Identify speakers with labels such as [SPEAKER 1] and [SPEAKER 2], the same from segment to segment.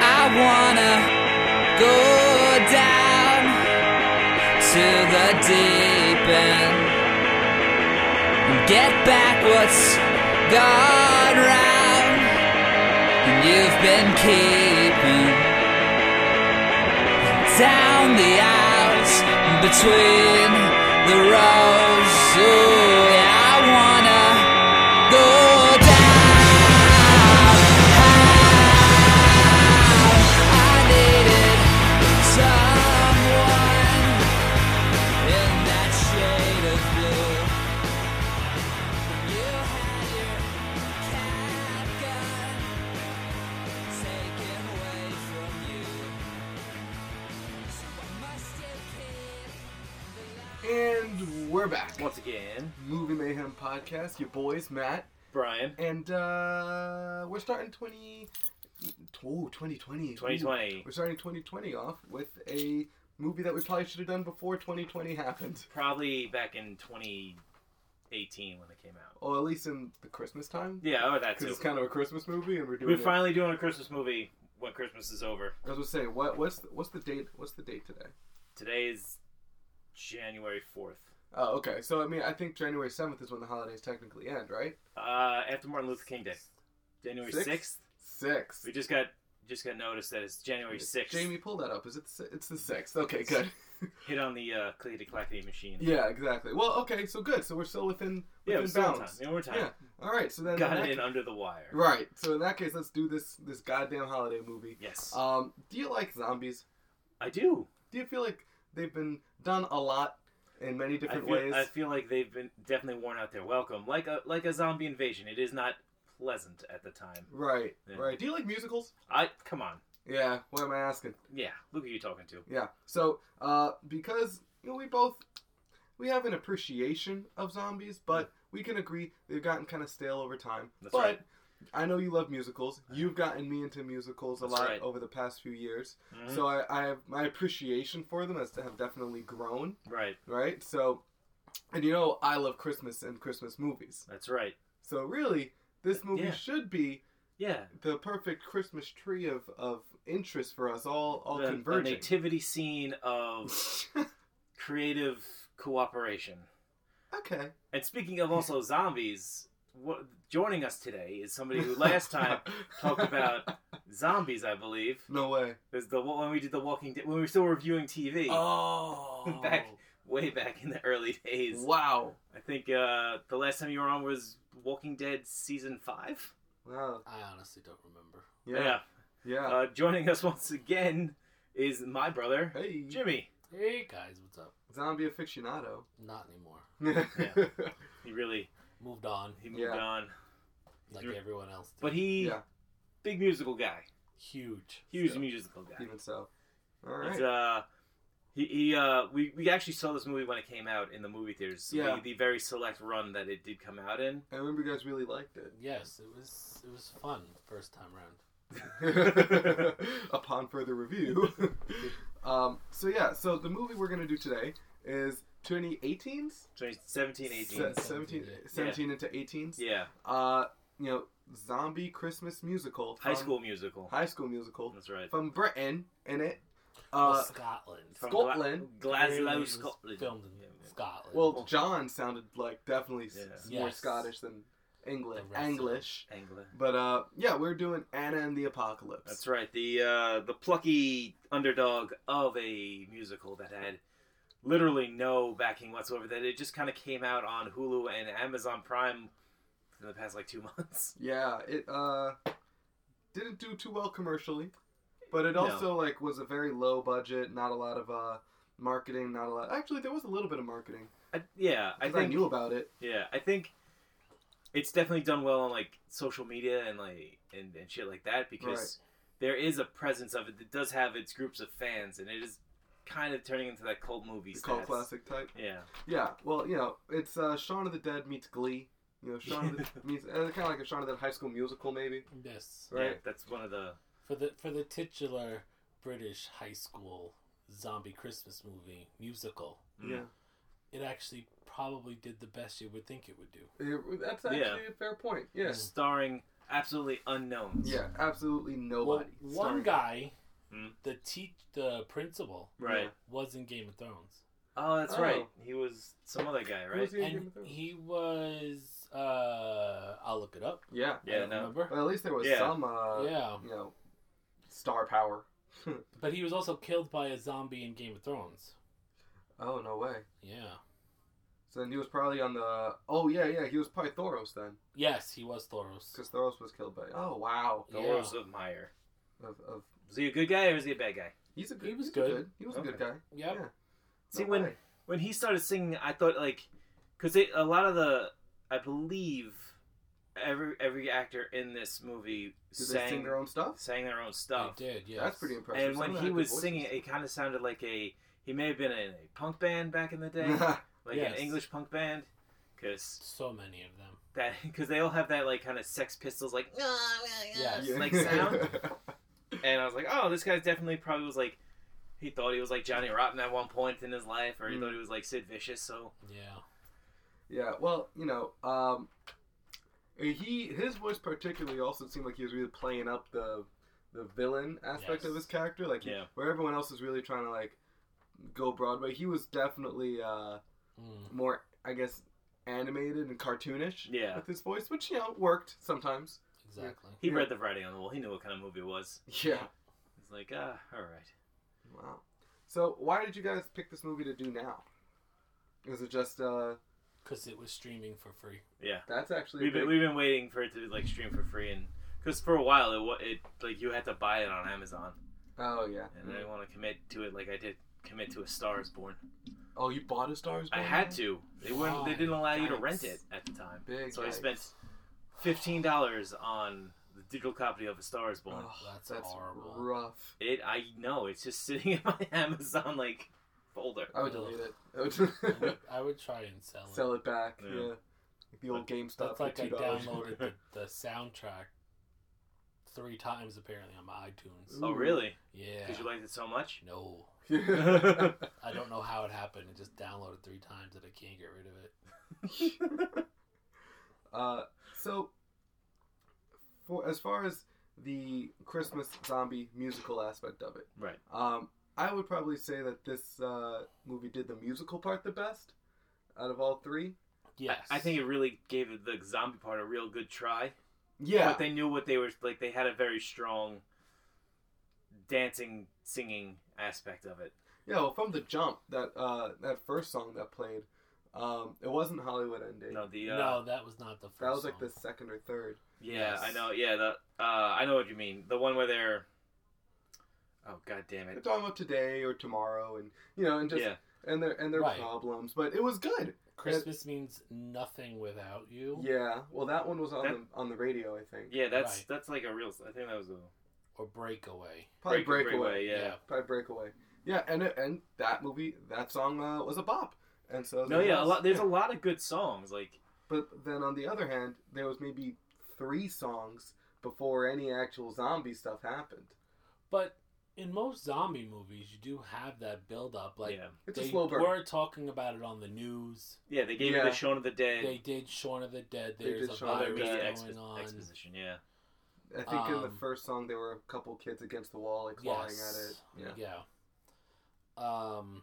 [SPEAKER 1] wanna go down to the deep end and get back what's gone round and you've been keeping down the aisles and between the rows. Ooh, yeah, I wanna go down. I needed someone in that shade of blue. You had your cat taken away from you. So I must have came.
[SPEAKER 2] And we're back.
[SPEAKER 3] Once again,
[SPEAKER 2] Movie Mayhem Podcast, your boys, Matt.
[SPEAKER 3] Brian,
[SPEAKER 2] And uh, we're starting 20, oh, 2020. Ooh.
[SPEAKER 3] 2020.
[SPEAKER 2] We're starting 2020 off with a movie that we probably should have done before 2020 happened.
[SPEAKER 3] probably back in 2018 when it came out.
[SPEAKER 2] Or at least in the Christmas time.
[SPEAKER 3] Yeah, oh, that
[SPEAKER 2] Because
[SPEAKER 3] too.
[SPEAKER 2] it's kind of a Christmas movie, and we're doing
[SPEAKER 3] We're
[SPEAKER 2] it-
[SPEAKER 3] finally doing a Christmas movie when Christmas is over.
[SPEAKER 2] I was gonna say, what, what's, the, what's the date? What's the date today?
[SPEAKER 3] Today is January 4th.
[SPEAKER 2] Oh, okay. So, I mean, I think January 7th is when the holidays technically end, right?
[SPEAKER 3] Uh, after Martin Luther King Day, January
[SPEAKER 2] Sixth?
[SPEAKER 3] 6th.
[SPEAKER 2] Six.
[SPEAKER 3] We just got just got noticed that it's January 6th.
[SPEAKER 2] Jamie, pull that up. Is it? The, si- it's the sixth. Okay, good.
[SPEAKER 3] hit on the uh, clickety clackety machine.
[SPEAKER 2] yeah, exactly. Well, okay, so good. So we're still within within
[SPEAKER 3] yeah, it was still in time.
[SPEAKER 2] bounds.
[SPEAKER 3] Yeah, we're in time.
[SPEAKER 2] All right. So then, in
[SPEAKER 3] Got
[SPEAKER 2] that
[SPEAKER 3] it in
[SPEAKER 2] ca-
[SPEAKER 3] under the wire.
[SPEAKER 2] right. So in that case, let's do this this goddamn holiday movie.
[SPEAKER 3] Yes,
[SPEAKER 2] Um, do you like zombies?
[SPEAKER 3] I do.
[SPEAKER 2] Do you feel like they've been done a lot in many
[SPEAKER 3] I
[SPEAKER 2] different
[SPEAKER 3] feel,
[SPEAKER 2] ways?
[SPEAKER 3] I feel like they've been definitely worn out their welcome, like a like a zombie invasion. It is not pleasant at the time.
[SPEAKER 2] Right.
[SPEAKER 3] Yeah.
[SPEAKER 2] Right. Do you like musicals?
[SPEAKER 3] I come on,
[SPEAKER 2] Yeah. What am I asking?
[SPEAKER 3] yeah. Look who you're talking to.
[SPEAKER 2] Yeah. So, uh, because you know, we both we have an appreciation of zombies, but we can agree they've gotten kind of stale over time.
[SPEAKER 3] That's
[SPEAKER 2] but
[SPEAKER 3] right.
[SPEAKER 2] I know you love musicals. You've gotten me into musicals a
[SPEAKER 3] That's
[SPEAKER 2] lot
[SPEAKER 3] right.
[SPEAKER 2] over the past few years,
[SPEAKER 3] Mhm.
[SPEAKER 2] so I, I have my appreciation for them has to have definitely grown,
[SPEAKER 3] right,
[SPEAKER 2] right? So, and you know, I love Christmas and Christmas movies.
[SPEAKER 3] that's right.
[SPEAKER 2] So really, this movie
[SPEAKER 3] Uh, Yeah.
[SPEAKER 2] should be
[SPEAKER 3] Yeah,
[SPEAKER 2] the perfect Christmas tree of, of interest for us all, all
[SPEAKER 3] the, the
[SPEAKER 2] converging.
[SPEAKER 3] nativity scene of creative cooperation.
[SPEAKER 2] okay.
[SPEAKER 3] And speaking of also zombies, what, joining us today is somebody who last time talked about zombies, I believe.
[SPEAKER 2] No way.
[SPEAKER 3] Is the when we did the Walking Dead when we were still reviewing TV
[SPEAKER 2] Oh.
[SPEAKER 3] Back- way back in the early days.
[SPEAKER 2] Wow.
[SPEAKER 3] I think uh, the last time you were on was Walking Dead season five.
[SPEAKER 2] Wow.
[SPEAKER 4] I honestly don't remember.
[SPEAKER 2] Yeah. Yeah.
[SPEAKER 3] Uh, joining us once again is my brother
[SPEAKER 2] hey,
[SPEAKER 3] Jimmy.
[SPEAKER 4] Hey guys, what's up?
[SPEAKER 2] zombie aficionado.
[SPEAKER 4] Not anymore.
[SPEAKER 3] He really
[SPEAKER 4] Moved on,
[SPEAKER 3] he moved
[SPEAKER 2] Yeah.
[SPEAKER 3] on,
[SPEAKER 4] like
[SPEAKER 3] You're-
[SPEAKER 4] everyone else. Did.
[SPEAKER 3] but he
[SPEAKER 2] Yeah.
[SPEAKER 3] big musical guy,
[SPEAKER 4] huge.
[SPEAKER 3] huge
[SPEAKER 2] Yeah.
[SPEAKER 3] musical guy.
[SPEAKER 2] Even so. All
[SPEAKER 3] He's,
[SPEAKER 2] right.
[SPEAKER 3] uh, he, he uh, we, we actually saw this movie when it came out in the movie theaters.
[SPEAKER 2] Yeah.
[SPEAKER 3] The, the very select run that it did come out in.
[SPEAKER 2] I remember you guys really liked it.
[SPEAKER 4] Yes, it was. It was fun first time round.
[SPEAKER 2] Upon further review. um, so yeah, so the movie we're gonna do today is 2018s,
[SPEAKER 3] 17, 18.
[SPEAKER 2] Se- 17, 17 into 18s.
[SPEAKER 3] Yeah,
[SPEAKER 2] Uh, you know, zombie Christmas musical.
[SPEAKER 3] High
[SPEAKER 2] from-
[SPEAKER 3] School Musical.
[SPEAKER 2] High School Musical
[SPEAKER 3] That's right.
[SPEAKER 2] from Britain in it.
[SPEAKER 4] Well,
[SPEAKER 2] Uh,
[SPEAKER 4] Scotland.
[SPEAKER 3] From
[SPEAKER 2] Scotland.
[SPEAKER 3] Gla-
[SPEAKER 4] It
[SPEAKER 3] Glasgow,
[SPEAKER 4] was
[SPEAKER 3] Scotland.
[SPEAKER 4] Filmed in
[SPEAKER 3] Yeah, yeah.
[SPEAKER 4] Scotland.
[SPEAKER 2] well, John sounded like definitely s-
[SPEAKER 3] Yeah.
[SPEAKER 2] s- more
[SPEAKER 4] Yes.
[SPEAKER 2] Scottish than English.
[SPEAKER 4] The rest of
[SPEAKER 2] English,
[SPEAKER 3] Angler.
[SPEAKER 2] but uh, yeah, we're doing Anna and the Apocalypse.
[SPEAKER 3] That's right. The uh, the plucky underdog of a musical that had literally no backing whatsoever. That it just kind of came out on Hulu and Amazon Prime in the past like two months.
[SPEAKER 2] Yeah, it uh, didn't do too well commercially, but it
[SPEAKER 3] No.
[SPEAKER 2] also like was a very low budget, not a lot of uh marketing, not a lot. Actually, there was a little bit of marketing.
[SPEAKER 3] I, yeah, I
[SPEAKER 2] 'cause
[SPEAKER 3] think.
[SPEAKER 2] knew about it.
[SPEAKER 3] Yeah, I think it's definitely done well on like social media and like and, and shit like that because there is a presence of it that does have its groups of fans and it is kind of turning into that cult movie.
[SPEAKER 2] The cult
[SPEAKER 3] status.
[SPEAKER 2] classic type.
[SPEAKER 3] Yeah.
[SPEAKER 2] Yeah, well, you know, it's uh, Shaun of the Dead meets Glee. You know, Shaun of the meets uh, kind of like a Shaun of the Dead High School Musical, maybe.
[SPEAKER 4] yes,
[SPEAKER 3] Yeah,
[SPEAKER 2] Right.
[SPEAKER 3] that's one of the
[SPEAKER 4] for the for the titular British high school zombie Christmas movie musical,
[SPEAKER 3] Mm.
[SPEAKER 2] Yeah.
[SPEAKER 4] it actually probably did the best you would think it would do.
[SPEAKER 2] It- that's actually
[SPEAKER 3] Yeah.
[SPEAKER 2] a fair point. Yeah.
[SPEAKER 3] starring absolutely unknowns.
[SPEAKER 2] Yeah, absolutely
[SPEAKER 4] Well,
[SPEAKER 2] nobody.
[SPEAKER 4] one
[SPEAKER 2] Sorry.
[SPEAKER 4] guy
[SPEAKER 3] Hmm.
[SPEAKER 4] the teach the principal
[SPEAKER 3] Right.
[SPEAKER 4] was in Game of Thrones,
[SPEAKER 3] Oh, that's
[SPEAKER 2] Oh.
[SPEAKER 3] right. He was some other guy,
[SPEAKER 2] Who
[SPEAKER 3] right?
[SPEAKER 2] was he in Game
[SPEAKER 4] and
[SPEAKER 2] of Thrones?
[SPEAKER 4] he was. uh I'll look it up.
[SPEAKER 2] Yeah.
[SPEAKER 4] I
[SPEAKER 3] Yeah,
[SPEAKER 4] don't
[SPEAKER 3] no.
[SPEAKER 4] remember.
[SPEAKER 2] Well, at least there was
[SPEAKER 3] Yeah.
[SPEAKER 2] some, uh,
[SPEAKER 4] yeah,
[SPEAKER 2] you know, star power.
[SPEAKER 4] but he was also killed by a zombie in Game of Thrones.
[SPEAKER 2] Oh no way.
[SPEAKER 4] Yeah.
[SPEAKER 2] So then he was probably on the. Oh yeah, yeah. He was probably Thoros then,
[SPEAKER 4] Yes, he was Thoros.
[SPEAKER 2] because Thoros was killed by. Oh wow.
[SPEAKER 4] Yeah.
[SPEAKER 3] Dolores of Meyer.
[SPEAKER 2] Of, of
[SPEAKER 3] Was he a good guy or was he a bad guy?
[SPEAKER 2] he's a good.
[SPEAKER 4] He was
[SPEAKER 2] he's a
[SPEAKER 4] good.
[SPEAKER 2] He was a good
[SPEAKER 3] Okay.
[SPEAKER 2] guy.
[SPEAKER 4] Yep.
[SPEAKER 2] Yeah.
[SPEAKER 3] See,
[SPEAKER 2] No
[SPEAKER 3] when
[SPEAKER 2] way.
[SPEAKER 3] when he started singing, I thought like, because a lot of the, I believe, every every actor in this movie
[SPEAKER 2] did
[SPEAKER 3] sang
[SPEAKER 2] they sing their own stuff?
[SPEAKER 3] sang their own stuff.
[SPEAKER 4] He did. Yes.
[SPEAKER 2] That's pretty impressive.
[SPEAKER 3] And
[SPEAKER 2] Some
[SPEAKER 3] when
[SPEAKER 2] of them
[SPEAKER 3] he
[SPEAKER 2] had good
[SPEAKER 3] was
[SPEAKER 2] voices.
[SPEAKER 3] singing, it kind of sounded like a he may have been in a punk band back in the day, like
[SPEAKER 4] Yes.
[SPEAKER 3] an English punk band, because
[SPEAKER 4] So many of them.
[SPEAKER 3] that because they all have that like kind of Sex Pistols like
[SPEAKER 4] Yes.
[SPEAKER 2] Yeah.
[SPEAKER 3] like sound. and I was like, oh, this guy's definitely probably was like, he thought he was like Johnny Rotten at one point in his life, or he
[SPEAKER 2] Mm.
[SPEAKER 3] thought he was like Sid Vicious. So
[SPEAKER 4] Yeah.
[SPEAKER 2] yeah. Well, you know, um, he his voice particularly also seemed like he was really playing up the the villain aspect
[SPEAKER 4] Yes.
[SPEAKER 2] of his character, like
[SPEAKER 3] Yeah.
[SPEAKER 2] where everyone else is really trying to like go Broadway. He was definitely. uh
[SPEAKER 4] Mm.
[SPEAKER 2] more, I guess, animated and cartoonish
[SPEAKER 3] Yeah.
[SPEAKER 2] with his voice, which, you know, worked sometimes.
[SPEAKER 4] Exactly.
[SPEAKER 3] he
[SPEAKER 2] Yeah.
[SPEAKER 3] read the writing on the wall. He knew what kind of movie it was.
[SPEAKER 2] Yeah.
[SPEAKER 3] He's like, ah, all right.
[SPEAKER 2] Wow. So, why did you guys pick this movie to do now? Is it just, uh,
[SPEAKER 4] Because it was streaming for free.
[SPEAKER 3] Yeah,
[SPEAKER 2] that's actually. a
[SPEAKER 3] we've been,
[SPEAKER 2] big-
[SPEAKER 3] we've been waiting for it to like stream for free, and because for a while it wa- it like you had to buy it on Amazon,
[SPEAKER 2] Oh, yeah.
[SPEAKER 3] and I didn't want to commit to it like I did commit to a Star Is Born.
[SPEAKER 2] Oh, you bought a Stars?
[SPEAKER 3] I had to. They wouldn't. They didn't allow you to rent it at the time.
[SPEAKER 2] Big
[SPEAKER 3] So I
[SPEAKER 2] yikes.
[SPEAKER 3] spent fifteen dollars on the digital copy of A Star Is Born.
[SPEAKER 2] Oh,
[SPEAKER 4] That's
[SPEAKER 2] that's
[SPEAKER 4] horrible.
[SPEAKER 2] rough.
[SPEAKER 3] It. I know. It's just sitting in my Amazon like folder.
[SPEAKER 2] I would
[SPEAKER 4] Ugh.
[SPEAKER 2] delete it.
[SPEAKER 4] I
[SPEAKER 2] I would
[SPEAKER 4] would, I would try and sell it.
[SPEAKER 2] sell it back.
[SPEAKER 3] Yeah.
[SPEAKER 2] Yeah. The old GameStop
[SPEAKER 4] That's
[SPEAKER 2] for
[SPEAKER 4] like I
[SPEAKER 2] two dollars.
[SPEAKER 4] downloaded the, the soundtrack three times apparently on my iTunes.
[SPEAKER 2] Ooh.
[SPEAKER 3] Oh really?
[SPEAKER 4] Yeah.
[SPEAKER 3] Because you liked it so much?
[SPEAKER 4] No.
[SPEAKER 2] downloaded.
[SPEAKER 4] I don't know how it happened. It just downloaded three times and I can't get rid of it.
[SPEAKER 2] Uh, so, for as far as the Christmas zombie musical aspect of it,
[SPEAKER 3] Right.
[SPEAKER 2] um, I would probably say that this uh, movie did the musical part the best out of all three.
[SPEAKER 4] Yes.
[SPEAKER 3] I, I think it really gave it the zombie part a real good try.
[SPEAKER 2] Yeah,
[SPEAKER 3] But they knew what they were like. They had a very strong dancing, singing aspect of it.
[SPEAKER 2] yeah. Well, from the jump, that uh, that first song that played, um, it wasn't Hollywood Ending.
[SPEAKER 3] No, the uh,
[SPEAKER 4] No, that was not the first
[SPEAKER 2] that was like
[SPEAKER 4] song.
[SPEAKER 2] the second or third.
[SPEAKER 3] Yeah,
[SPEAKER 4] Yes.
[SPEAKER 3] I know. Yeah, the uh, I know what you mean. The one where they're. Oh god damn
[SPEAKER 2] They're
[SPEAKER 3] it!
[SPEAKER 2] talking about today or tomorrow, and you know, and just
[SPEAKER 3] yeah,
[SPEAKER 2] and their and their
[SPEAKER 4] Right.
[SPEAKER 2] problems. But it was good.
[SPEAKER 4] Christmas means nothing without you.
[SPEAKER 2] Yeah. Well, that one was on
[SPEAKER 3] That-
[SPEAKER 2] the on the radio, I think.
[SPEAKER 3] yeah, that's
[SPEAKER 4] Right.
[SPEAKER 3] that's like a real. I think that was a
[SPEAKER 4] Or breakaway.
[SPEAKER 2] Probably
[SPEAKER 3] break-
[SPEAKER 2] breakaway.
[SPEAKER 3] Yeah.
[SPEAKER 2] Probably breakaway. Yeah, and it, and that movie, that song uh, was a bop, and so
[SPEAKER 3] No, yeah, a lot. There's
[SPEAKER 2] yeah.
[SPEAKER 3] a lot of good songs. Like
[SPEAKER 2] But then on the other hand, there was maybe three songs before any actual zombie stuff happened.
[SPEAKER 4] But in most zombie movies, you do have that build up. Like
[SPEAKER 3] yeah,
[SPEAKER 2] It's
[SPEAKER 4] they
[SPEAKER 2] a slow burn.
[SPEAKER 4] were talking about it on the news.
[SPEAKER 3] yeah, they gave you
[SPEAKER 2] Yeah.
[SPEAKER 3] the Shaun of the Dead.
[SPEAKER 4] They did Shaun of the Dead.
[SPEAKER 2] They
[SPEAKER 4] There's
[SPEAKER 2] did
[SPEAKER 4] a
[SPEAKER 2] Shaun of the
[SPEAKER 3] other
[SPEAKER 4] virus
[SPEAKER 3] media
[SPEAKER 4] going
[SPEAKER 3] expo-
[SPEAKER 4] on.
[SPEAKER 3] exposition. Yeah,
[SPEAKER 2] I think in the
[SPEAKER 4] Um,
[SPEAKER 2] first song there were a couple kids against the wall, like clawing
[SPEAKER 4] Yes.
[SPEAKER 2] at it. Yeah.
[SPEAKER 4] Yeah. Um,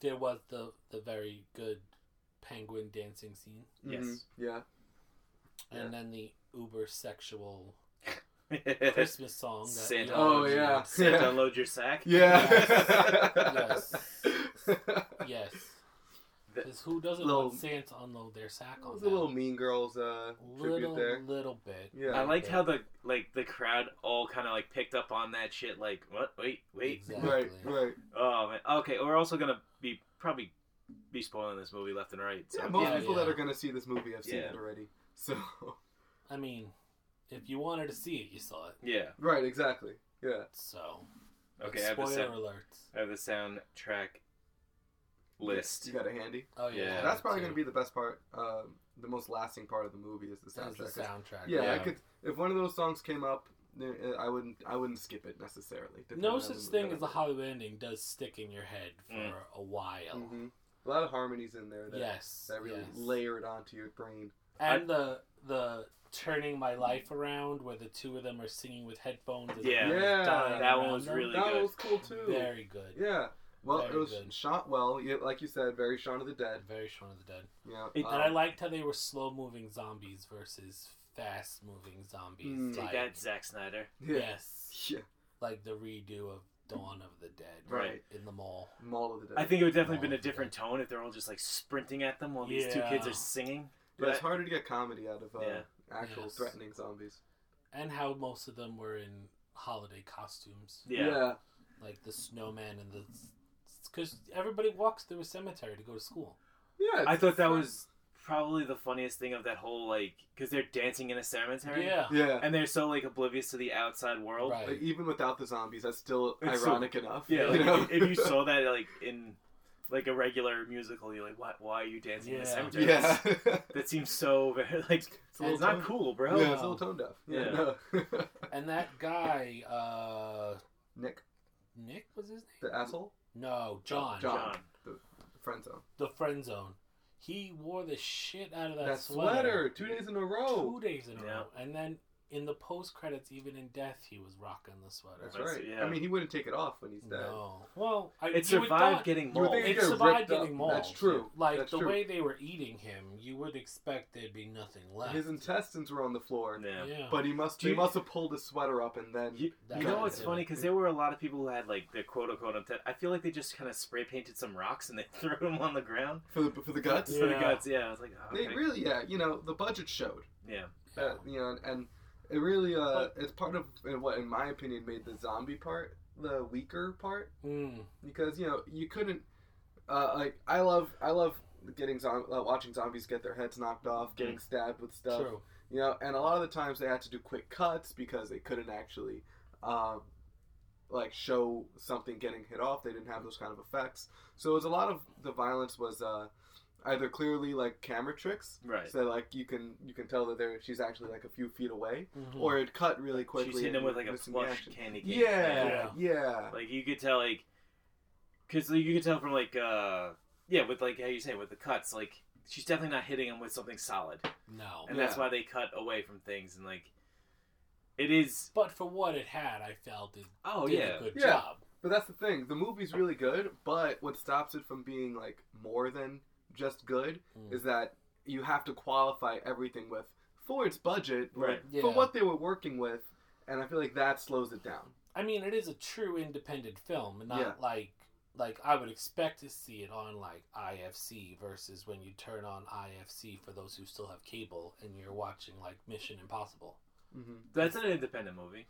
[SPEAKER 4] there was the the very good penguin dancing scene,
[SPEAKER 3] Yes.
[SPEAKER 2] Mhm. Yeah.
[SPEAKER 4] and then the uber sexual
[SPEAKER 3] Chris
[SPEAKER 4] Christmas song. That
[SPEAKER 3] Santa.
[SPEAKER 4] we all
[SPEAKER 2] Oh yeah.
[SPEAKER 3] Santa, unload your sack.
[SPEAKER 2] Yeah.
[SPEAKER 4] Yes. Yes.
[SPEAKER 3] The-
[SPEAKER 4] Because who doesn't
[SPEAKER 2] Little-
[SPEAKER 4] want Santa to unload their sack
[SPEAKER 2] That
[SPEAKER 4] on
[SPEAKER 2] was a
[SPEAKER 4] them?
[SPEAKER 2] little Mean Girls uh,
[SPEAKER 4] oh, little,
[SPEAKER 2] tribute there.
[SPEAKER 4] little bit.
[SPEAKER 2] Yeah.
[SPEAKER 3] I liked how the like the crowd all kind of like picked up on that shit. Like what? Wait, wait.
[SPEAKER 4] Exactly.
[SPEAKER 2] Right. Right.
[SPEAKER 3] Oh man. Okay, we're also gonna be probably be spoiling this movie left and right. So.
[SPEAKER 2] Yeah, most
[SPEAKER 4] Yeah,
[SPEAKER 2] people that
[SPEAKER 4] yeah.
[SPEAKER 2] are going to see this movie have seen
[SPEAKER 3] Yeah.
[SPEAKER 2] it already. So,
[SPEAKER 4] I mean, if you wanted to see it, you saw it.
[SPEAKER 3] Yeah.
[SPEAKER 2] right, exactly. Yeah.
[SPEAKER 4] So,
[SPEAKER 3] Okay. I have, the
[SPEAKER 4] spoiler
[SPEAKER 3] sound,
[SPEAKER 4] alerts.
[SPEAKER 3] I have the soundtrack list.
[SPEAKER 2] You got it handy.
[SPEAKER 4] Oh yeah,
[SPEAKER 3] Yeah.
[SPEAKER 2] That's probably going to be the best part, um, the most lasting part of the movie is the
[SPEAKER 4] sounds the
[SPEAKER 2] soundtrack.
[SPEAKER 4] soundtrack.
[SPEAKER 2] yeah, I
[SPEAKER 3] Yeah.
[SPEAKER 2] could. If one of those songs came up, there- I wouldn't. I wouldn't skip it necessarily.
[SPEAKER 4] No
[SPEAKER 2] depending on
[SPEAKER 4] such
[SPEAKER 2] the-
[SPEAKER 4] thing as a Hollywood ending does stick in your head for
[SPEAKER 3] Mm.
[SPEAKER 4] a while.
[SPEAKER 2] Mhm. A lot of harmonies in there Mm-hmm. that
[SPEAKER 4] Yes,
[SPEAKER 2] that really
[SPEAKER 4] yes.
[SPEAKER 2] layered onto your brain.
[SPEAKER 4] and the the turning my life around, where the two of them are singing with headphones. And
[SPEAKER 3] Yeah.
[SPEAKER 4] everyone's
[SPEAKER 2] Yeah,
[SPEAKER 4] dying
[SPEAKER 3] that one
[SPEAKER 4] around
[SPEAKER 3] was
[SPEAKER 4] them.
[SPEAKER 3] really
[SPEAKER 2] that
[SPEAKER 3] good.
[SPEAKER 2] was cool too.
[SPEAKER 4] very good.
[SPEAKER 2] Yeah. Well, it
[SPEAKER 4] Very
[SPEAKER 2] was
[SPEAKER 4] good.
[SPEAKER 2] shot well, yeah, like you said, very Shaun of the Dead.
[SPEAKER 4] Very Shaun of the Dead.
[SPEAKER 2] Yeah.
[SPEAKER 3] It-
[SPEAKER 2] um,
[SPEAKER 4] and I liked how they were slow moving zombies versus fast moving zombies.
[SPEAKER 2] Mm.
[SPEAKER 3] Take
[SPEAKER 4] like,
[SPEAKER 3] that, Zack Snyder.
[SPEAKER 2] yeah.
[SPEAKER 4] Yes,
[SPEAKER 2] yeah.
[SPEAKER 4] like the redo of Dawn of the Dead
[SPEAKER 2] Right.
[SPEAKER 4] in the mall.
[SPEAKER 2] Mall of the Dead.
[SPEAKER 3] I think it would
[SPEAKER 4] Oh,
[SPEAKER 3] definitely been a
[SPEAKER 4] okay.
[SPEAKER 3] different tone if they're all just like sprinting at them while these two
[SPEAKER 4] Yeah.
[SPEAKER 3] kids are singing.
[SPEAKER 2] but it's
[SPEAKER 3] I-
[SPEAKER 2] harder to get comedy out of uh,
[SPEAKER 3] Yeah.
[SPEAKER 2] actual
[SPEAKER 4] Yes.
[SPEAKER 2] threatening zombies.
[SPEAKER 4] And how most of them were in holiday costumes,
[SPEAKER 3] Yeah.
[SPEAKER 4] like the snowman and the. Because everybody walks through a cemetery to go to school.
[SPEAKER 2] Yeah,
[SPEAKER 3] I
[SPEAKER 2] it's
[SPEAKER 3] thought that
[SPEAKER 2] fun.
[SPEAKER 3] was probably the funniest thing of that whole like because they're dancing in a cemetery.
[SPEAKER 4] Yeah.
[SPEAKER 2] Yeah.
[SPEAKER 3] And they're so like oblivious to the outside world.
[SPEAKER 4] Right.
[SPEAKER 2] Like, even without the zombies, that's still
[SPEAKER 3] It's so-
[SPEAKER 2] ironic enough.
[SPEAKER 3] Yeah.
[SPEAKER 2] you
[SPEAKER 3] Like,
[SPEAKER 2] know?
[SPEAKER 3] if if you saw that like in like a regular musical, you're like, why, why are you dancing in a
[SPEAKER 4] Yeah.
[SPEAKER 3] cemetery?
[SPEAKER 2] yeah.
[SPEAKER 3] That's- That seems so very like
[SPEAKER 2] a little
[SPEAKER 3] it's not
[SPEAKER 2] tone-
[SPEAKER 3] cool,
[SPEAKER 2] yeah,
[SPEAKER 3] bro.
[SPEAKER 2] it's a little
[SPEAKER 4] Oh.
[SPEAKER 2] tone deaf.
[SPEAKER 3] Yeah.
[SPEAKER 2] no.
[SPEAKER 4] And that guy, uh,
[SPEAKER 2] Nick,
[SPEAKER 4] Nick was his name?
[SPEAKER 2] the asshole,
[SPEAKER 4] No, John.
[SPEAKER 2] John.
[SPEAKER 3] John.
[SPEAKER 2] friend zone.
[SPEAKER 4] The friend zone. He wore the shit out of that,
[SPEAKER 2] That, sweater,
[SPEAKER 4] sweater,
[SPEAKER 2] two days in a row.
[SPEAKER 4] two days in a
[SPEAKER 3] Yeah.
[SPEAKER 4] row. And then in the post credits, even in death, he was rocking the sweater.
[SPEAKER 2] That's
[SPEAKER 3] Right.
[SPEAKER 2] right.
[SPEAKER 3] Yeah.
[SPEAKER 2] I mean, he wouldn't take it off when he's dead.
[SPEAKER 4] No. Well, I,
[SPEAKER 3] It
[SPEAKER 4] you would
[SPEAKER 3] survived
[SPEAKER 4] thought-
[SPEAKER 3] getting
[SPEAKER 2] You would
[SPEAKER 3] mauled.
[SPEAKER 2] think
[SPEAKER 4] It
[SPEAKER 2] get
[SPEAKER 4] survived
[SPEAKER 2] ripped up.
[SPEAKER 4] getting mauled.
[SPEAKER 2] That's true.
[SPEAKER 4] Like
[SPEAKER 2] That's
[SPEAKER 4] the
[SPEAKER 2] true.
[SPEAKER 4] way they were eating him, you would expect there'd be nothing left.
[SPEAKER 2] His intestines were on the floor,
[SPEAKER 3] Yeah.
[SPEAKER 4] Yeah.
[SPEAKER 2] but he must.
[SPEAKER 3] Do
[SPEAKER 2] He
[SPEAKER 3] you-
[SPEAKER 2] must have pulled his sweater up and then.
[SPEAKER 3] You,
[SPEAKER 4] That
[SPEAKER 3] you
[SPEAKER 2] guy
[SPEAKER 3] know what's
[SPEAKER 2] did
[SPEAKER 3] funny?
[SPEAKER 4] it.
[SPEAKER 3] Because there were a lot of people who had like the quote unquote. unte- I feel like they just kind of spray painted some rocks and they threw them on the ground
[SPEAKER 2] for the for the guts.
[SPEAKER 3] for the
[SPEAKER 4] Yeah.
[SPEAKER 3] guts. Yeah, I was like, oh,
[SPEAKER 2] They
[SPEAKER 3] okay.
[SPEAKER 2] really, yeah, you know, the budget showed.
[SPEAKER 3] yeah,
[SPEAKER 4] Yeah.
[SPEAKER 2] that, you know, and it really, uh, it's part of and what, in my opinion, made the zombie part the weaker part
[SPEAKER 4] Mm.
[SPEAKER 2] because you know you couldn't, uh, like I love I love getting zom- uh, watching zombies get their heads knocked off, getting stabbed with stuff,
[SPEAKER 4] Mm. True.
[SPEAKER 2] you know, and a lot of the times they had to do quick cuts because they couldn't actually, um, like show something getting hit off. They didn't have those kind of effects, so it was a lot of the violence was uh, either clearly like camera tricks
[SPEAKER 3] right.
[SPEAKER 2] so like you can you can tell that there she's actually like a few feet away,
[SPEAKER 4] Mhm.
[SPEAKER 2] or it cut really quickly.
[SPEAKER 3] Hmm. She's hitting
[SPEAKER 2] and
[SPEAKER 3] him with like a
[SPEAKER 2] missing
[SPEAKER 3] plush
[SPEAKER 2] action.
[SPEAKER 3] candy cane.
[SPEAKER 2] Yeah, yeah,
[SPEAKER 3] like you could tell, like, because you could tell from like, uh, yeah, with like how you say with the cuts, like she's definitely not hitting him with something solid,
[SPEAKER 4] no.
[SPEAKER 3] and that's
[SPEAKER 2] Yeah.
[SPEAKER 3] why they cut away from things and like. It is.
[SPEAKER 4] But for what it had, I felt it
[SPEAKER 3] Oh
[SPEAKER 4] did
[SPEAKER 3] yeah.
[SPEAKER 4] a good
[SPEAKER 2] Yeah.
[SPEAKER 4] job.
[SPEAKER 2] But that's the thing. The movie's really good, but what stops it from being like more than just good
[SPEAKER 3] Hmm.
[SPEAKER 4] Mm.
[SPEAKER 2] is that you have to qualify everything with for its budget, like,
[SPEAKER 3] Right.
[SPEAKER 4] Yeah.
[SPEAKER 2] for what they were working with, and I feel like that slows it down.
[SPEAKER 4] I mean, it is a true independent film, and not
[SPEAKER 2] Yeah.
[SPEAKER 4] like like I would expect to see it on like IFC versus when you turn on IFC for those who still have cable and you're watching like Mission Impossible,
[SPEAKER 2] hmm
[SPEAKER 3] That's an independent movie.